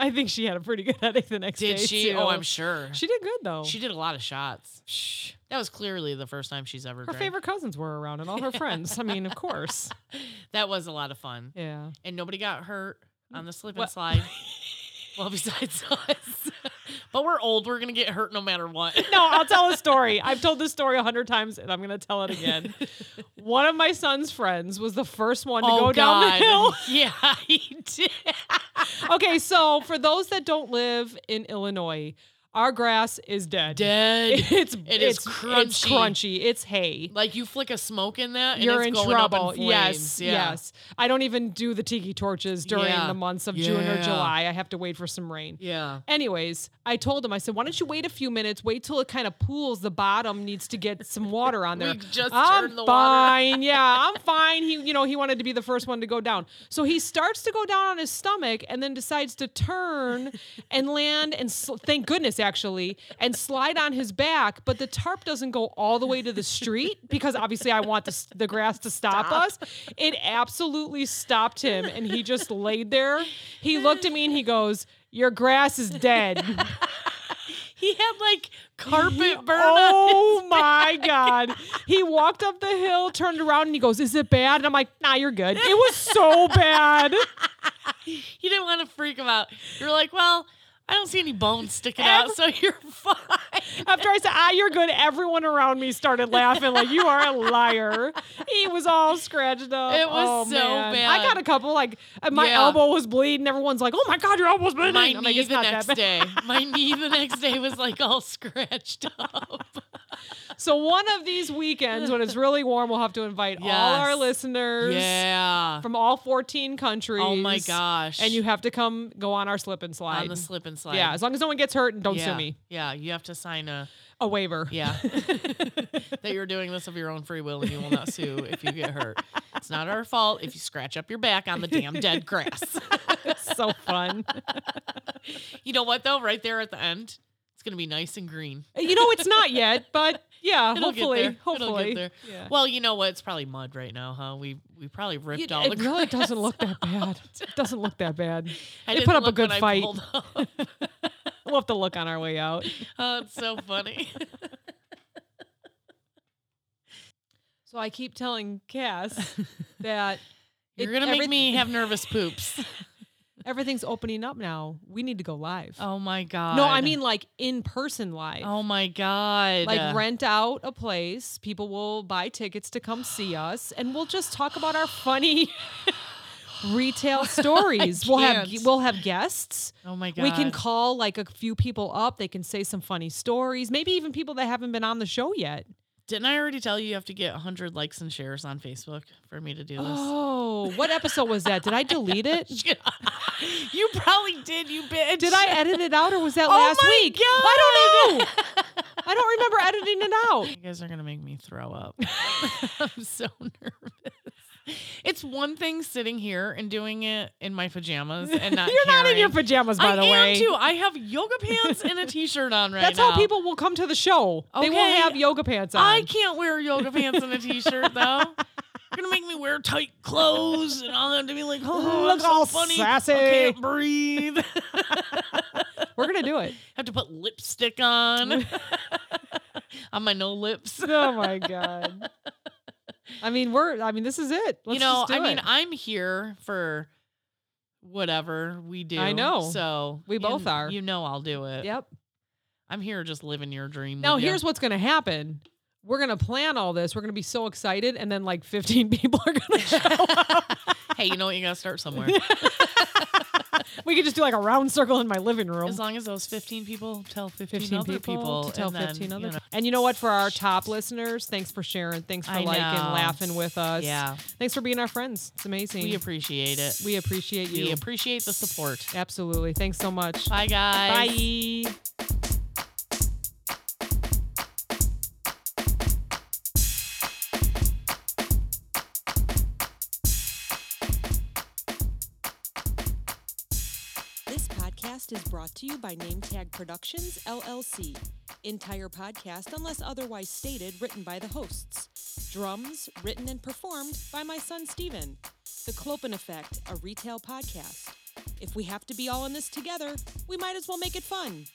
S4: I think she had a pretty good headache the next day.
S3: Did she?
S4: too.
S3: Oh, I'm sure.
S4: She did good though.
S3: She did a lot of shots.
S4: Shh.
S3: That was clearly the first time she's ever
S4: her
S3: drank.
S4: favorite cousins were around and all her friends. I mean, of course.
S3: That was a lot of fun.
S4: Yeah.
S3: And nobody got hurt on the slip and
S4: Well-
S3: slide. well, besides us. but we're old. We're going to get hurt no matter what.
S4: No, I'll tell a story. I've told this story a hundred times, and I'm gonna tell it again. One of my son's friends was the first one
S3: Oh,
S4: to go down the hill.
S3: Yeah, he did.
S4: Okay, so for those that don't live in Illinois, our grass is dead.
S3: Dead.
S4: It's
S3: It is
S4: it's, It's
S3: crunchy.
S4: crunchy. It's hay.
S3: like you flick a smoke in that and
S4: You're
S3: it's
S4: in
S3: going
S4: trouble.
S3: up in
S4: yes,
S3: flames. Yeah.
S4: yes. I don't even do the tiki torches during
S3: Yeah.
S4: the months of June or
S3: Yeah.
S4: July. I have to wait for some rain.
S3: Yeah.
S4: Anyways, I told him, I said, why don't you wait a few minutes? Wait till it kind of pools. The bottom needs to get some water on there.
S3: We just
S4: I'm
S3: turned the water.
S4: fine. Yeah, I'm fine. He, you know, he wanted to be the first one to go down. So he starts to go down on his stomach and then decides to turn and land and sl- thank goodness actually and slide on his back. But the tarp doesn't go all the way to the street because obviously I want the, s- the grass to stop, us. It absolutely stopped him and he just laid there. He looked at me and he goes. Your grass is dead.
S3: He had like carpet burn on
S4: oh my god he walked up the hill turned around and he goes is it bad and i'm like nah you're good it was so bad
S3: You didn't want to freak him out. You're like, well, I don't see any bones sticking out, so you're fine.
S4: after i said ah you're good everyone around me started laughing like you are a liar he was all scratched up
S3: It was
S4: Oh,
S3: so
S4: man.
S3: bad.
S4: i got a couple like uh, my
S3: Yeah.
S4: elbow was bleeding everyone's like oh my god your elbow's bleeding
S3: My
S4: I'm like,
S3: knee
S4: "It's
S3: the
S4: not that
S3: next
S4: bad."
S3: day. My knee the next day was like all scratched up.
S4: so one of these weekends when it's really warm we'll have to invite all our
S3: Yes.
S4: listeners
S3: Yeah.
S4: from all 14 countries
S3: Oh my gosh.
S4: and you have to come go on our slip and slide
S3: on the slip and slide.
S4: Yeah, as long as no one gets hurt and don't
S3: yeah.
S4: sue me.
S3: Yeah, you have to sign a
S4: A waiver.
S3: yeah that you're doing this of your own free will and you will not sue if you get hurt. It's not our fault if you scratch up your back on the damn dead grass.
S4: It's so fun.
S3: you know what though? Right there at the end, it's gonna be nice and green.
S4: you know, it's not yet, but yeah,
S3: It'll get
S4: hopefully,
S3: there.
S4: hopefully.
S3: It'll get there.
S4: Yeah.
S3: Well, you know what? It's probably mud right now, huh? We we probably ripped
S4: it
S3: all the.
S4: it really
S3: grass
S4: doesn't look that bad. It doesn't look that bad.
S3: I
S4: They
S3: didn't
S4: put up a
S3: look when
S4: good
S3: I
S4: fight.
S3: pulled up.
S4: We'll have to look on our way out.
S3: oh, it's so funny.
S4: So I keep telling Cass that
S3: You're
S4: It-
S3: gonna make
S4: everyth-
S3: me have nervous poops.
S4: everything's opening up now. We need to go live.
S3: Oh my god.
S4: no, I mean like in person live.
S3: Oh my god.
S4: like rent out a place. People will buy tickets to come see us, and we'll just talk about our funny retail stories. We'll have
S3: can't.
S4: we'll have guests.
S3: Oh my god.
S4: We can call like a few people up. They can say some funny stories. Maybe even people that haven't been on the show yet.
S3: Didn't I already tell you you have to get 100 likes and shares on Facebook for me to do this?
S4: Oh, what episode was that? Did I delete it?
S3: Shit. you probably did, you bitch.
S4: Did I edit it out or was that
S3: Oh
S4: last
S3: my
S4: week? I don't know. I don't remember editing it out.
S3: You guys are going to make me throw up. I'm so nervous. It's one thing sitting here and doing it in my pajamas and not
S4: You're not in your
S3: caring.
S4: pajamas, by
S3: I
S4: the
S3: am
S4: way.
S3: too. I have yoga pants and a t-shirt on right
S4: That's
S3: now.
S4: how people will come to the show. They will
S3: Okay.
S4: have yoga pants on.
S3: I can't wear yoga pants and a t-shirt though. You're gonna make me wear tight clothes and I'll have to be like, oh, I'm
S4: Look
S3: so
S4: all
S3: funny.
S4: sassy."
S3: I can't breathe.
S4: We're gonna do it.
S3: have to put lipstick on on my no lips.
S4: Oh my god. I mean, we're. I mean, this is it. Let's
S3: you know,
S4: just do
S3: I mean,
S4: it.
S3: I'm here for whatever we do.
S4: I know.
S3: So
S4: We
S3: you-
S4: both are.
S3: You know, I'll do it.
S4: yep.
S3: I'm here just living your dream.
S4: Now
S3: with ya.
S4: here's what's gonna happen. We're gonna plan all this. We're gonna be so excited, and then like 15 people are gonna show up.
S3: hey, you know what? You gotta start somewhere.
S4: we could just do like a round circle in my living room.
S3: As long as those 15 people tell 15,
S4: 15
S3: other
S4: people,
S3: people,
S4: to tell
S3: and then,
S4: 15
S3: you
S4: other.
S3: know,
S4: and you know what? For our top listeners, thanks for sharing. Thanks for
S3: I
S4: liking,
S3: know.
S4: laughing with us.
S3: Yeah,
S4: Thanks for being our friends. It's amazing.
S3: we appreciate it.
S4: We appreciate you.
S3: We appreciate the support.
S4: Absolutely. Thanks so much.
S3: Bye, guys.
S4: Bye.
S1: This podcast is brought to you by NameTag Productions, LLC. Entire podcast, unless otherwise stated, written by the hosts. Drums, written and performed by my son Steven. The Clopen Effect, a retail podcast. If we have to be all in this together, we might as well make it fun.